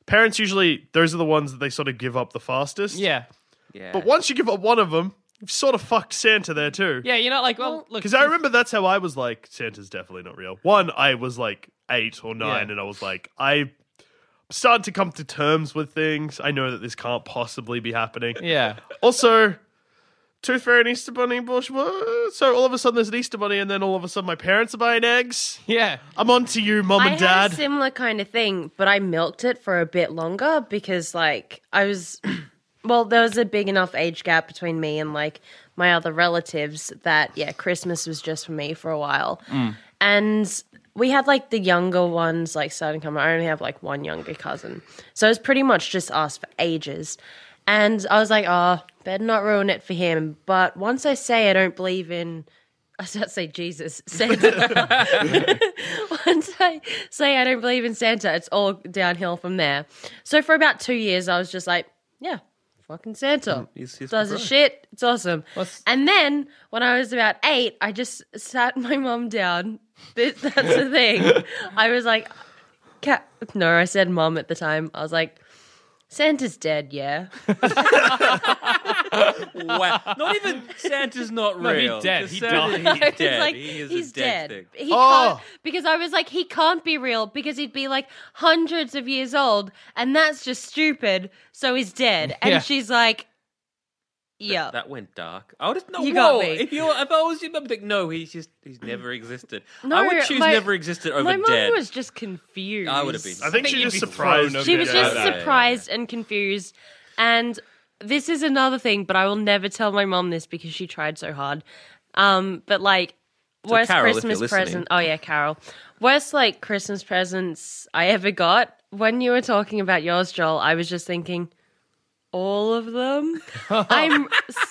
B: parents usually those are the ones that they sort of give up the fastest.
C: Yeah,
E: yeah.
B: But once you give up one of them, you've sort of fucked Santa there too.
C: yeah, you're not like well, look,
B: Because I remember that's how I was like, Santa's definitely not real. One, I was like eight or nine,
C: Yeah.
B: and I was like, I started to come to terms with things. I know that this can't possibly be happening.
C: yeah,
B: Also,
F: Tooth Fairy and Easter Bunny bullshit. What? So all of a sudden there's an Easter Bunny, and then all of a sudden my parents are buying eggs.
C: Yeah.
F: I'm on to you, mom
A: I
F: and
A: had
F: dad.
A: a similar kind of thing, but I milked it for a bit longer because, like, I was, well, there was a big enough age gap between me and like my other relatives that yeah, Christmas was just for me for a while,
F: Mm.
A: and we had like the younger ones like starting to come. I only have like one younger cousin, so it was pretty much just us for ages, and I was like, oh, better not ruin it for him. But once I say I don't believe in. I was about to say Jesus, Santa. once I say I don't believe in Santa, it's all downhill from there. So for about two years, I was just like, yeah, fucking Santa
E: Mm, he's- he's
A: does
E: the
A: his
E: bro.
A: shit. It's awesome. and then when I was about eight, I just sat my mum down. Th- That's the thing. I was like, Ca- no, I said mum at the time. I was like. Santa's dead, yeah.
E: Wow. Not even Santa's not
C: he
E: real.
C: dead.
E: Just
C: He
E: Santa-
C: died.
E: He's
A: It's
E: dead.
A: like
E: he is
A: he's
E: a
A: dead.
E: dead. thing.
A: He
F: Oh.
A: can't because I was like, he can't be real because he'd be like hundreds of years old, and that's just stupid. So he's dead. And
C: Yeah.
A: she's like, yeah,
E: That went dark. I would have no.
A: You got
E: whoa,
A: me.
E: If you, if I was your mum, I'd be like, no, he's just he's never existed.
A: No,
E: I would choose
A: my-
E: never existed over
A: my mom
E: dead.
A: was just confused.
E: I would have been.
F: I think she
C: you'd
F: just
C: be
F: surprised.
C: thrown
A: She was
C: Yeah,
A: just
E: yeah, yeah.
A: surprised and confused. And this is another thing, but I will never tell my mom this because she tried so hard. Um, but like worst
E: Carol, if you're
A: Christmas
E: listening.
A: present. Oh yeah, Carol. Worst like Christmas presents I ever got. When you were talking about yours, Joel, I was just thinking all of them. I'm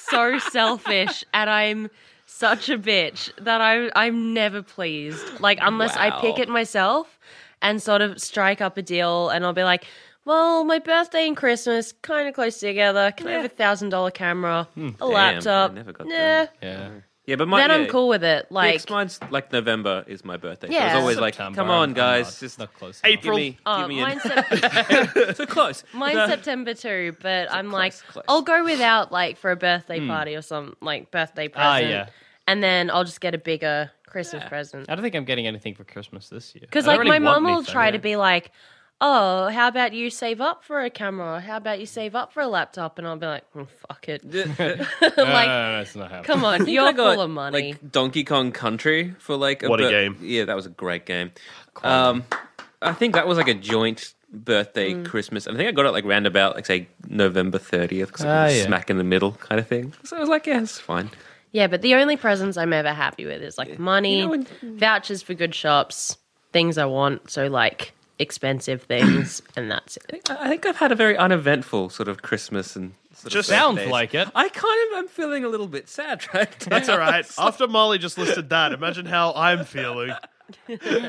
A: so selfish and I'm such a bitch that I I'm never pleased. Like unless I pick
E: Wow.
A: it myself and sort of strike up a deal and I'll be like, well, my birthday and Christmas kind of close together. Can I have a thousand dollar camera, a laptop?
E: Hmm. I never got
A: nah.
E: that.
C: Yeah.
E: Yeah, but mine,
A: Then I'm
E: yeah,
A: cool with it.
E: yeah,
A: Like
E: 'cause mine's like November is my birthday. so
A: Yeah.
E: it's always like,
C: September,
E: come
C: I'm
E: on, guys,
C: not-
E: just
C: not close enough.
E: give me,
A: Oh,
E: give me
A: mine's,
E: a,
A: Sep-
E: so close.
A: mine's
E: Uh,
A: September too, but I'm like,
E: close, close.
A: I'll go without like for a birthday party or some like birthday present,
C: Hmm. Ah, yeah.
A: and then I'll just get a bigger Christmas present.
C: I don't think I'm getting anything for Christmas this year.
A: Because
C: I
A: like
C: don't
A: my
C: really want
A: mom will
C: anything.
A: try to be like, "Oh, how about you save up for a camera? How about you save up for a laptop?" And I'll be like, "Oh, "Fuck it,
C: No,
A: like,
C: no, no, no, it's not happening.
A: come on,
E: I
A: you're
E: got,
A: full of money."
E: Like Donkey Kong Country for like
F: What a
E: bir-
F: game.
E: Yeah, that was a great game. Um, I think that was like a joint birthday
A: Mm.
E: Christmas. And I think I got it like round about like say November thirtieth because
C: Ah,
E: it was
C: yeah.
E: smack in the middle kind of thing. So I was like, yeah, it's fine.
A: yeah, but the only presents I'm ever happy with is like money,
E: know, and-
A: vouchers for good shops, things I want. So like expensive things, and that's it.
E: I think I've had a very uneventful sort of Christmas and sort of
F: Just
C: Sounds
E: birthdays.
C: like it.
E: I kind of I'm feeling a little bit sad right now.
F: That's all right. After Molly just listed that, imagine how I'm feeling.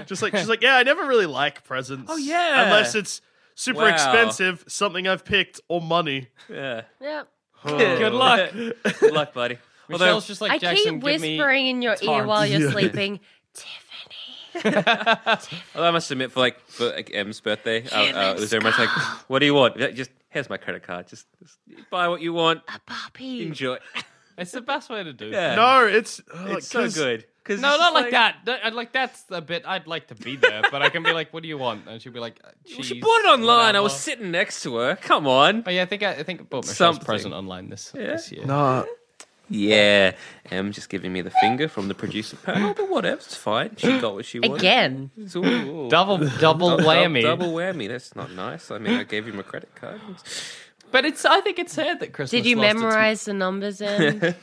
F: Just like she's like, yeah, I never really like presents. Oh
E: yeah.
F: unless it's super
E: Wow.
F: expensive, something I've picked, or money.
E: Yeah.
A: Yeah.
E: Good
C: Oh. luck.
E: Good luck, buddy. Although,
C: Michelle's just like
A: I
C: Jackson.
A: keep
C: give me-
A: whispering in your ear
C: tarts."
A: while you're sleeping.
E: although I must admit, for like for like M's birthday, uh, uh, it was very much like, "What do you want? Yeah, Just here's my credit card. Just, just buy what you want.
A: Puppy.
E: Enjoy."
C: It's the best way to do.
E: Yeah.
F: No, it's
B: uh,
E: it's so good. Cause
C: No, not
E: it's just
C: like, that. That- I'd Like that's a bit. I'd like to be there, but I can be like, "What do you want?" And she'd be like, uh,
E: Well,
C: cheese,
E: she bought it online. I was
C: whatever.
E: sitting next to her. Come on.
C: Oh yeah, I think I, I think I bought Michelle's
E: Something.
C: present online this, this year.
E: Yeah, Em just giving me the finger from the producer panel, but whatever, it's fine. She got what she wanted.
A: Again.
E: It's all- all-
C: Double double
E: Dou-
C: whammy.
E: Double whammy. That's not nice. I mean, I gave him a credit card.
C: But it's. I think it's sad that Christmas.
A: Did you
C: lost its-
A: memorize the numbers in?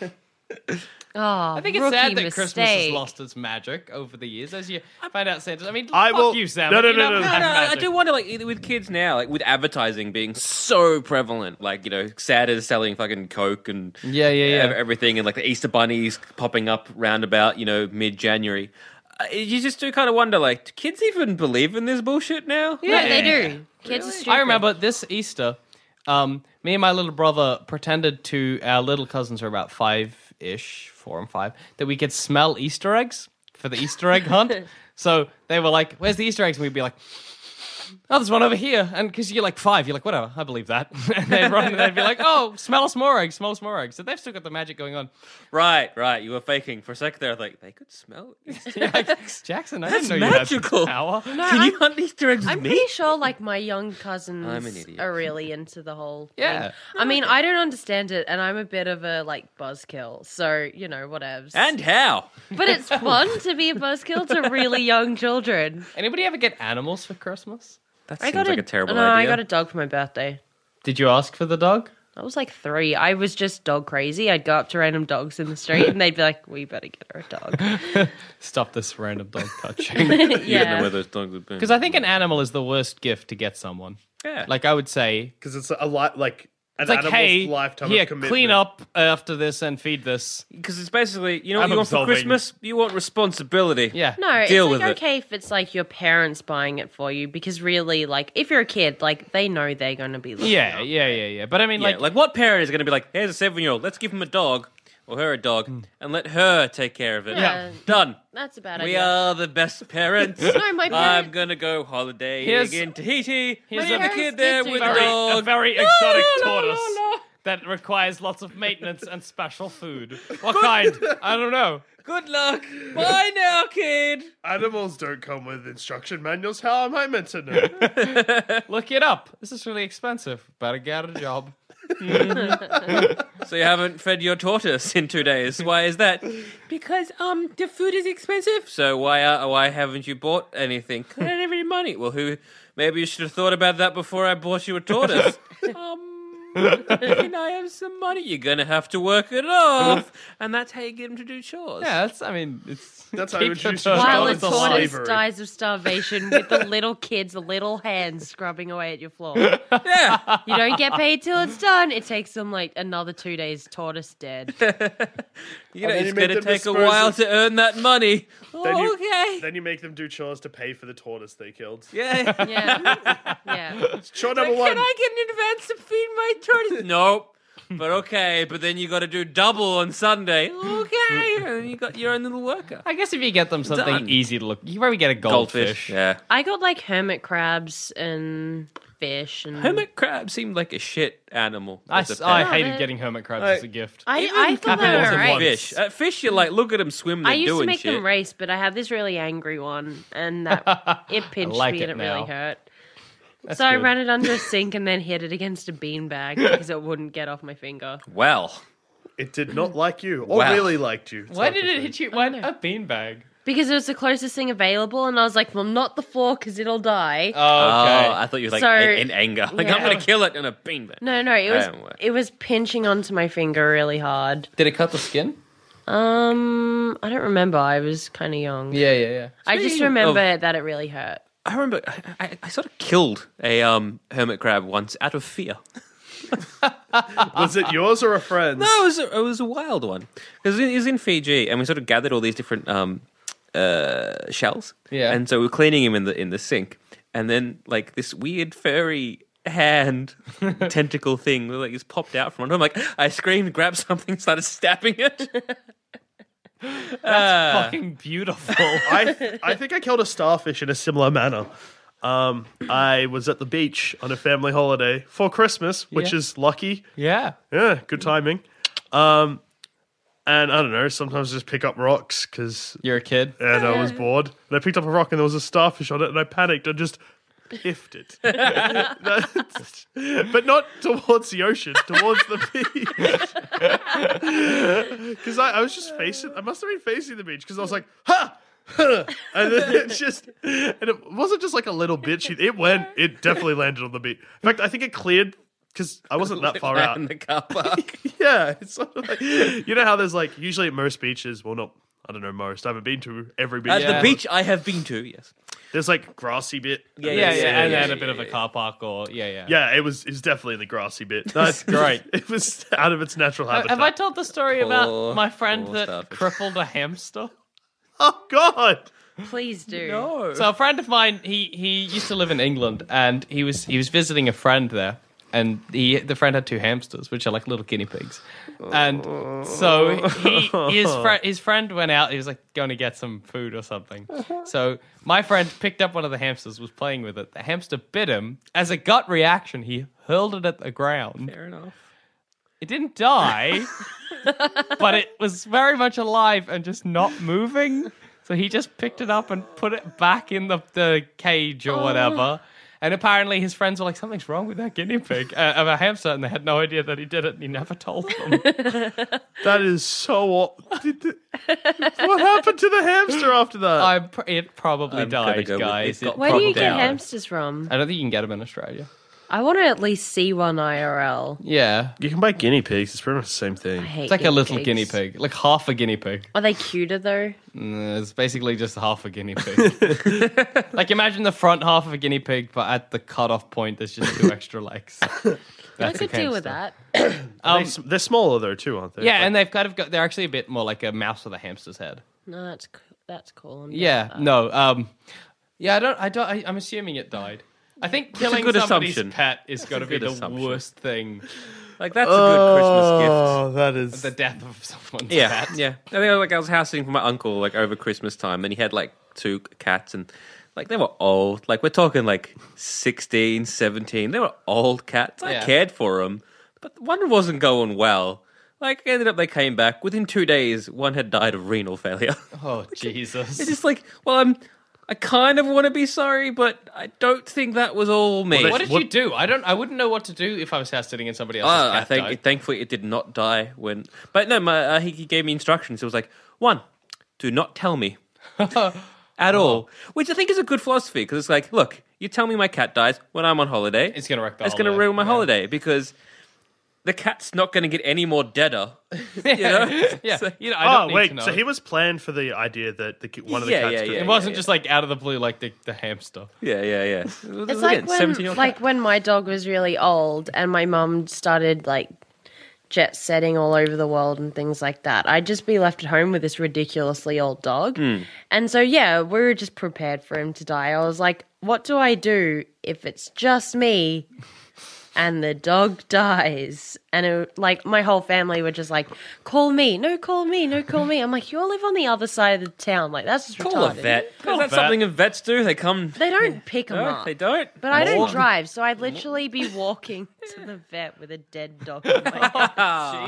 A: oh, I
C: I think it's sad that Christmas has lost its magic over the years. As you find out, Santa. I mean,
F: I
C: fuck
F: will-
C: you, Sam.
F: No, no,
C: You
F: no,
C: never
F: no,
C: had
E: No, I, uh, I
C: magic.
E: do wonder, like, either with kids now, like, with advertising being so prevalent, like, you know, Santa's selling fucking Coke and
C: Yeah, yeah, yeah.
E: ev- everything, and like the Easter bunnies popping up roundabout, you know, mid January. Uh, you just do kind of wonder, like, do kids even believe in this bullshit now?
A: No, they do. Kids are stupid.
C: I remember this Easter, um, me and my little brother pretended to our little cousins who are about five ish, four and five, that we could smell Easter eggs for the Easter egg hunt. so they were like, "Where's the Easter eggs?" And we'd be like, oh, there's one over here. And because you're like five, you're like, whatever, I believe that. and they'd run and they'd be like, oh, smell us more eggs, smell us more eggs. So they've still got the magic going on.
E: Right, right. You were faking for a second there. I was like, they could smell. it.
C: You're like, Jackson, I
E: That's
C: didn't know
E: magical.
C: you had this power.
A: No,
E: Can
A: I'm,
E: you hunt these directs
A: I'm
E: with
A: pretty
E: me?
A: sure like my young cousins
E: I'm an idiot.
A: are really into the whole
C: Yeah.
A: thing. I mean, I don't understand it and I'm a bit of a like buzzkill. So, you know, whatevs.
E: And how?
A: but it's fun to be a buzzkill to really young children.
C: Anybody ever get animals for Christmas?
E: That
A: I
E: seems
A: got
E: like a terrible
A: no, I
E: idea.
A: got a dog for my birthday.
C: Did you ask for the dog?
A: I was like three. I was just dog crazy. I'd go up to random dogs in the street and they'd be like, "We better get her a dog."
C: Stop this random dog touching.
E: You don't know
A: yeah,
E: where those dogs would be.
C: Because I think an animal is the worst gift to get someone.
E: yeah.
C: Like I would say,
B: because it's a lot like an
C: it's like,
B: animal's
C: hey,
B: lifetime
C: here,
B: of commitment.
C: clean up after this and feed this.
E: because it's basically you know
B: I'm
E: what you want for
B: absolving.
E: Christmas. You want responsibility.
C: Yeah.
A: no,
E: Deal
A: it's
E: with
A: like
E: it.
A: okay if it's like your parents buying it for you because really, like if you're a kid, like they know they're going to be looking
C: Yeah,
A: up.
C: yeah, yeah, yeah. But I mean,
E: Yeah,
C: like,
E: like, what parent is going to be like, here's a seven year old, let's give him a dog or her a dog
C: Hmm.
E: and let her take care of it?
A: Yeah. Yeah.
E: Done.
A: That's a bad
E: We
A: idea.
E: are the best parents.
A: No, my
E: I'm
A: parents.
E: going to go holidaying
C: Here's-
E: in Tahiti.
C: here's
E: Here's
C: a-
E: a
A: Parents
E: kid
A: did
E: there
A: do
E: with a
A: that.
C: very, a
E: dog.
C: very exotic
E: no, no,
C: tortoise that requires lots of maintenance and special food. What kind? I don't know.
E: Good luck. Bye now, kid.
B: Animals don't come with instruction manuals. How am I meant to know?
C: Look it up. This is really expensive. Better get a job.
E: So you haven't fed your tortoise in two days. Why is that? Because um the food is expensive. So why are, why haven't you bought anything? 'Cause I don't have any money. Well, who? Maybe you should have thought about that before I bought you a tortoise. um, can I have some money? You're gonna have to work it off, and that's how you get him to do chores.
C: Yeah, that's. I mean, it's
B: That's how
C: keep
B: I
C: the
B: introduced
C: tortoise.
B: you to
A: While a
B: It's
A: tortoise
B: slavery.
A: dies of starvation with the little kids' little hands scrubbing away at your floor. You
E: yeah.
A: don't get paid till it's done. It takes them like another two days. Tortoise dead.
E: You know,
B: then
E: it's
B: you make
E: gonna
B: them
E: take a
B: dispose
E: while
B: of-
E: to earn that money.
B: Then you-
E: okay.
B: Then you make them do chores to pay for the tortoise they killed.
E: yeah.
A: Yeah, yeah.
B: Chore number one.
E: Can I get an advance to feed my tortoise? nope. But okay, but then you got to do double on Sunday. Okay, and you got your own little worker.
C: I guess if you get them something
E: Done.
C: easy to look, you probably get a goldfish.
E: Yeah.
A: I got like hermit crabs and fish and
E: Hermit crab seemed like a shit animal.
C: I,
E: as a
C: s- I
E: pet.
C: hated
A: they-
C: getting hermit crabs as a gift.
A: I,
E: Even
A: I thought they
C: capital
A: were
C: to
A: alright.
E: Fish. At fish, you're like, look at them swim. They're
A: I used
E: doing
A: to make
E: shit.
A: them race, but I had this really angry one, and that it pinched
C: like
A: me
C: it
A: and it
C: now.
A: really hurt. so I
C: good.
A: ran it under a sink and then hit it against a beanbag because it wouldn't get off my finger.
E: Well,
B: It did not like you, or
E: Wow.
B: really liked you.
C: Why did it hit you? Why a beanbag?
A: Oh, Because it was the closest thing available, and I was like, well, not the floor because it'll die.
C: Oh,
E: oh, I thought you were like
A: So-
E: in, in anger. Like I'm
A: Yeah.
E: gonna kill it in a beanbag.
A: no, no, it was
E: Don't worry.
A: it was pinching onto my finger really hard.
C: Did it cut the skin?
A: Um, I don't remember. I was kind of young.
C: Yeah, Oh. yeah, yeah.
A: I just
E: Speaking of-
A: remember that it really hurt.
E: Oh, I remember I, I, I sort of killed a um, hermit crab once out of fear.
B: Was it yours or a friend's?
E: No, it was a, it was a wild one because it was in Fiji, and we sort of gathered all these different um, uh, shells.
C: Yeah.
E: and so we were cleaning him in the in the sink, and then like this weird furry hand tentacle thing like just popped out from under him. Like I screamed, grabbed something, started stabbing it.
C: Fucking beautiful.
B: I, I think I killed a starfish in a similar manner. Um, I was at the beach on a family holiday for Christmas, which
C: Yeah.
B: is lucky.
C: yeah.
B: Yeah, good timing. Um, and I don't know, sometimes just pick up rocks because
C: You're a kid.
B: and I was bored. And I picked up a rock and there was a starfish on it, and I panicked and just piffed it. That's- but not towards the ocean, towards the beach. Because I, I was just facing, I must have been facing the beach because I was like, ha! Huh!" and then it just, and it wasn't just like a little bit. It it went, it definitely landed on the beach. In fact, I think it cleared because I wasn't that far out.
E: in the car park.
B: Yeah, it's sort of like you know how there's like usually at most beaches. Well, not I don't know most. I haven't been to every beach.
E: At
C: Yeah.
E: the beach I have been to. Yes.
B: There's like grassy bit. Yeah,
C: Yeah, yeah,
E: yeah,
C: and
E: yeah,
C: then a
E: yeah,
C: bit of a car park or yeah, yeah.
B: yeah. It was it's definitely in the grassy bit. That's
C: great.
B: It was out of its natural
C: Have
B: habitat.
C: have I told the story about
E: Poor-
C: my friend
E: poor
C: that
E: starfish.
C: crippled a hamster?
B: oh God!
A: Please do.
B: Oh.
C: So a friend of mine, he he used to live in England, and he was he was visiting a friend there, and he the friend had two hamsters, which are like little guinea pigs. And so he his friend his friend went out. He was like going to get some food or something.
E: Uh-huh.
C: So my friend picked up one of the hamsters, was playing with it. The hamster bit him. As a gut reaction, he hurled it at the ground.
E: Fair enough.
C: It didn't die, but it was very much alive and just not moving. So he just picked it up and put it back in the, the cage or whatever. And apparently his friends were like, something's wrong with that guinea pig, uh, of a hamster, and they had no idea that he did it, and he never told them.
F: That is so. aw- Did the- what happened to the hamster after that?
C: I'm pr- it probably
E: I'm gonna
C: died,
E: go with
C: guys.
E: it's got
C: It
A: Where do you
C: probably
A: get
C: died.
A: hamsters from?
C: I don't think you can get them in Australia.
A: I want to at least see one IRL.
C: Yeah.
F: you can buy guinea pigs. It's pretty much the same
A: I
F: thing.
A: hate
C: It's like a little
A: pigs.
C: guinea pig, like half a guinea pig.
A: Are they cuter though?
C: Mm, It's basically just half a guinea pig. like imagine the front half of a guinea pig, but at the cutoff point, there's just two extra legs.
A: I
C: That's
A: could
C: okay
A: deal with
C: stuff.
A: that.
F: They s- they're smaller though too, aren't they?
C: Yeah, and they've kind of got. They're actually a bit more like a mouse with a hamster's head.
A: No, that's c- that's cool. I'm down
C: Yeah.
A: with that.
C: No. Um. Yeah. I don't. I don't. I, I'm assuming it died. I think killing
E: good
C: somebody's
E: assumption.
C: pet is going to be
E: good
C: the
E: assumption.
C: worst thing.
E: Like that's a good Christmas gift.
F: Oh, that is.
C: The death of someone's
E: Yeah,
C: pet.
E: yeah. I think like I was housing for my uncle like over Christmas time, and he had like two cats, and like they were old. Like we're talking like 16, 17. They were old cats. I
C: Yeah.
E: cared for them, but one wasn't going well. Like ended up, they came back within two days. One had died of renal failure.
C: Oh Jesus.
E: it's just like, well, I'm. I kind of want to be sorry, but I don't think that was all me.
C: what did you do? I don't. I wouldn't know what to do if I was house sitting in somebody else's
E: Uh,
C: cat.
E: I think
C: died.
E: thankfully it did not die when. But no, my, uh, he, he gave me instructions. It was like one, do not tell me
C: Oh.
E: at all, which I think is a good philosophy because it's like, look, you tell me my cat dies when I'm on holiday,
C: It's gonna wreck the
E: It's going to
C: holiday,
E: ruin my
C: yeah.
E: holiday because the cat's not going to get any more deader. You know?
C: Yeah.
E: So-
C: you know. I don't
F: Oh
C: need to
F: wait,
C: know.
F: so he was planned for the idea that the ki- one of the
E: Yeah,
F: cats.
E: yeah,
F: could-
E: yeah.
C: It wasn't just like out of the blue, like the, the hamster.
E: yeah, yeah, yeah.
A: It's like when, like when my dog was really old and my mum started like jet setting all over the world and things like that. I'd just be left at home with this ridiculously old dog.
E: Hmm.
A: And so, yeah, we were just prepared for him to die. I was like, what do I do if it's just me and the dog dies? And it, like my whole family were just like, call me, no, call me, no, call me. I'm like, you all live on the other side of the town. Like, that's just
E: call a
A: retarded.
E: vet. Is that something that vets do? They come.
A: They don't pick them
E: No,
A: up.
E: they don't.
A: But I don't drive, so I'd literally be walking to the vet with a dead dog. in my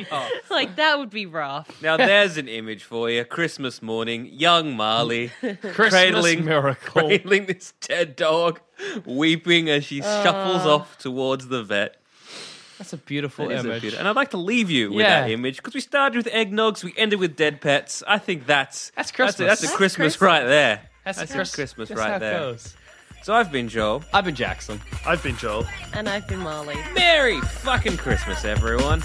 A: hand. like that would be rough.
E: Now there's an image for you. Christmas morning, young Marley
C: Christmas
E: Cradling-
C: miracle.
E: cradling this dead dog, weeping as she shuffles
C: Uh.
E: off towards the vet.
C: That's a beautiful
E: That is a
C: image.
E: good- and I'd like to leave you with
C: Yeah.
E: that image because we started with eggnogs, we ended with dead pets. I think that's
C: That's
E: a-
C: Christmas.
E: That's,
C: That's
E: a Christmas, right there.
C: That's,
E: That's
C: a
E: a
C: Chris-
E: Christmas
C: that's
E: right
C: how it
E: there.
C: goes.
E: So I've been Joel.
C: I've been Jackson.
F: I've been Joel.
A: And I've been Marley.
E: Merry fucking Christmas, everyone.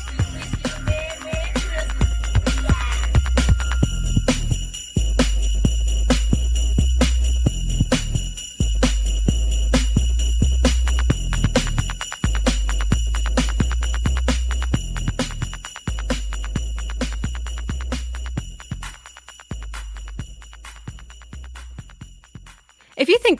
G: If you think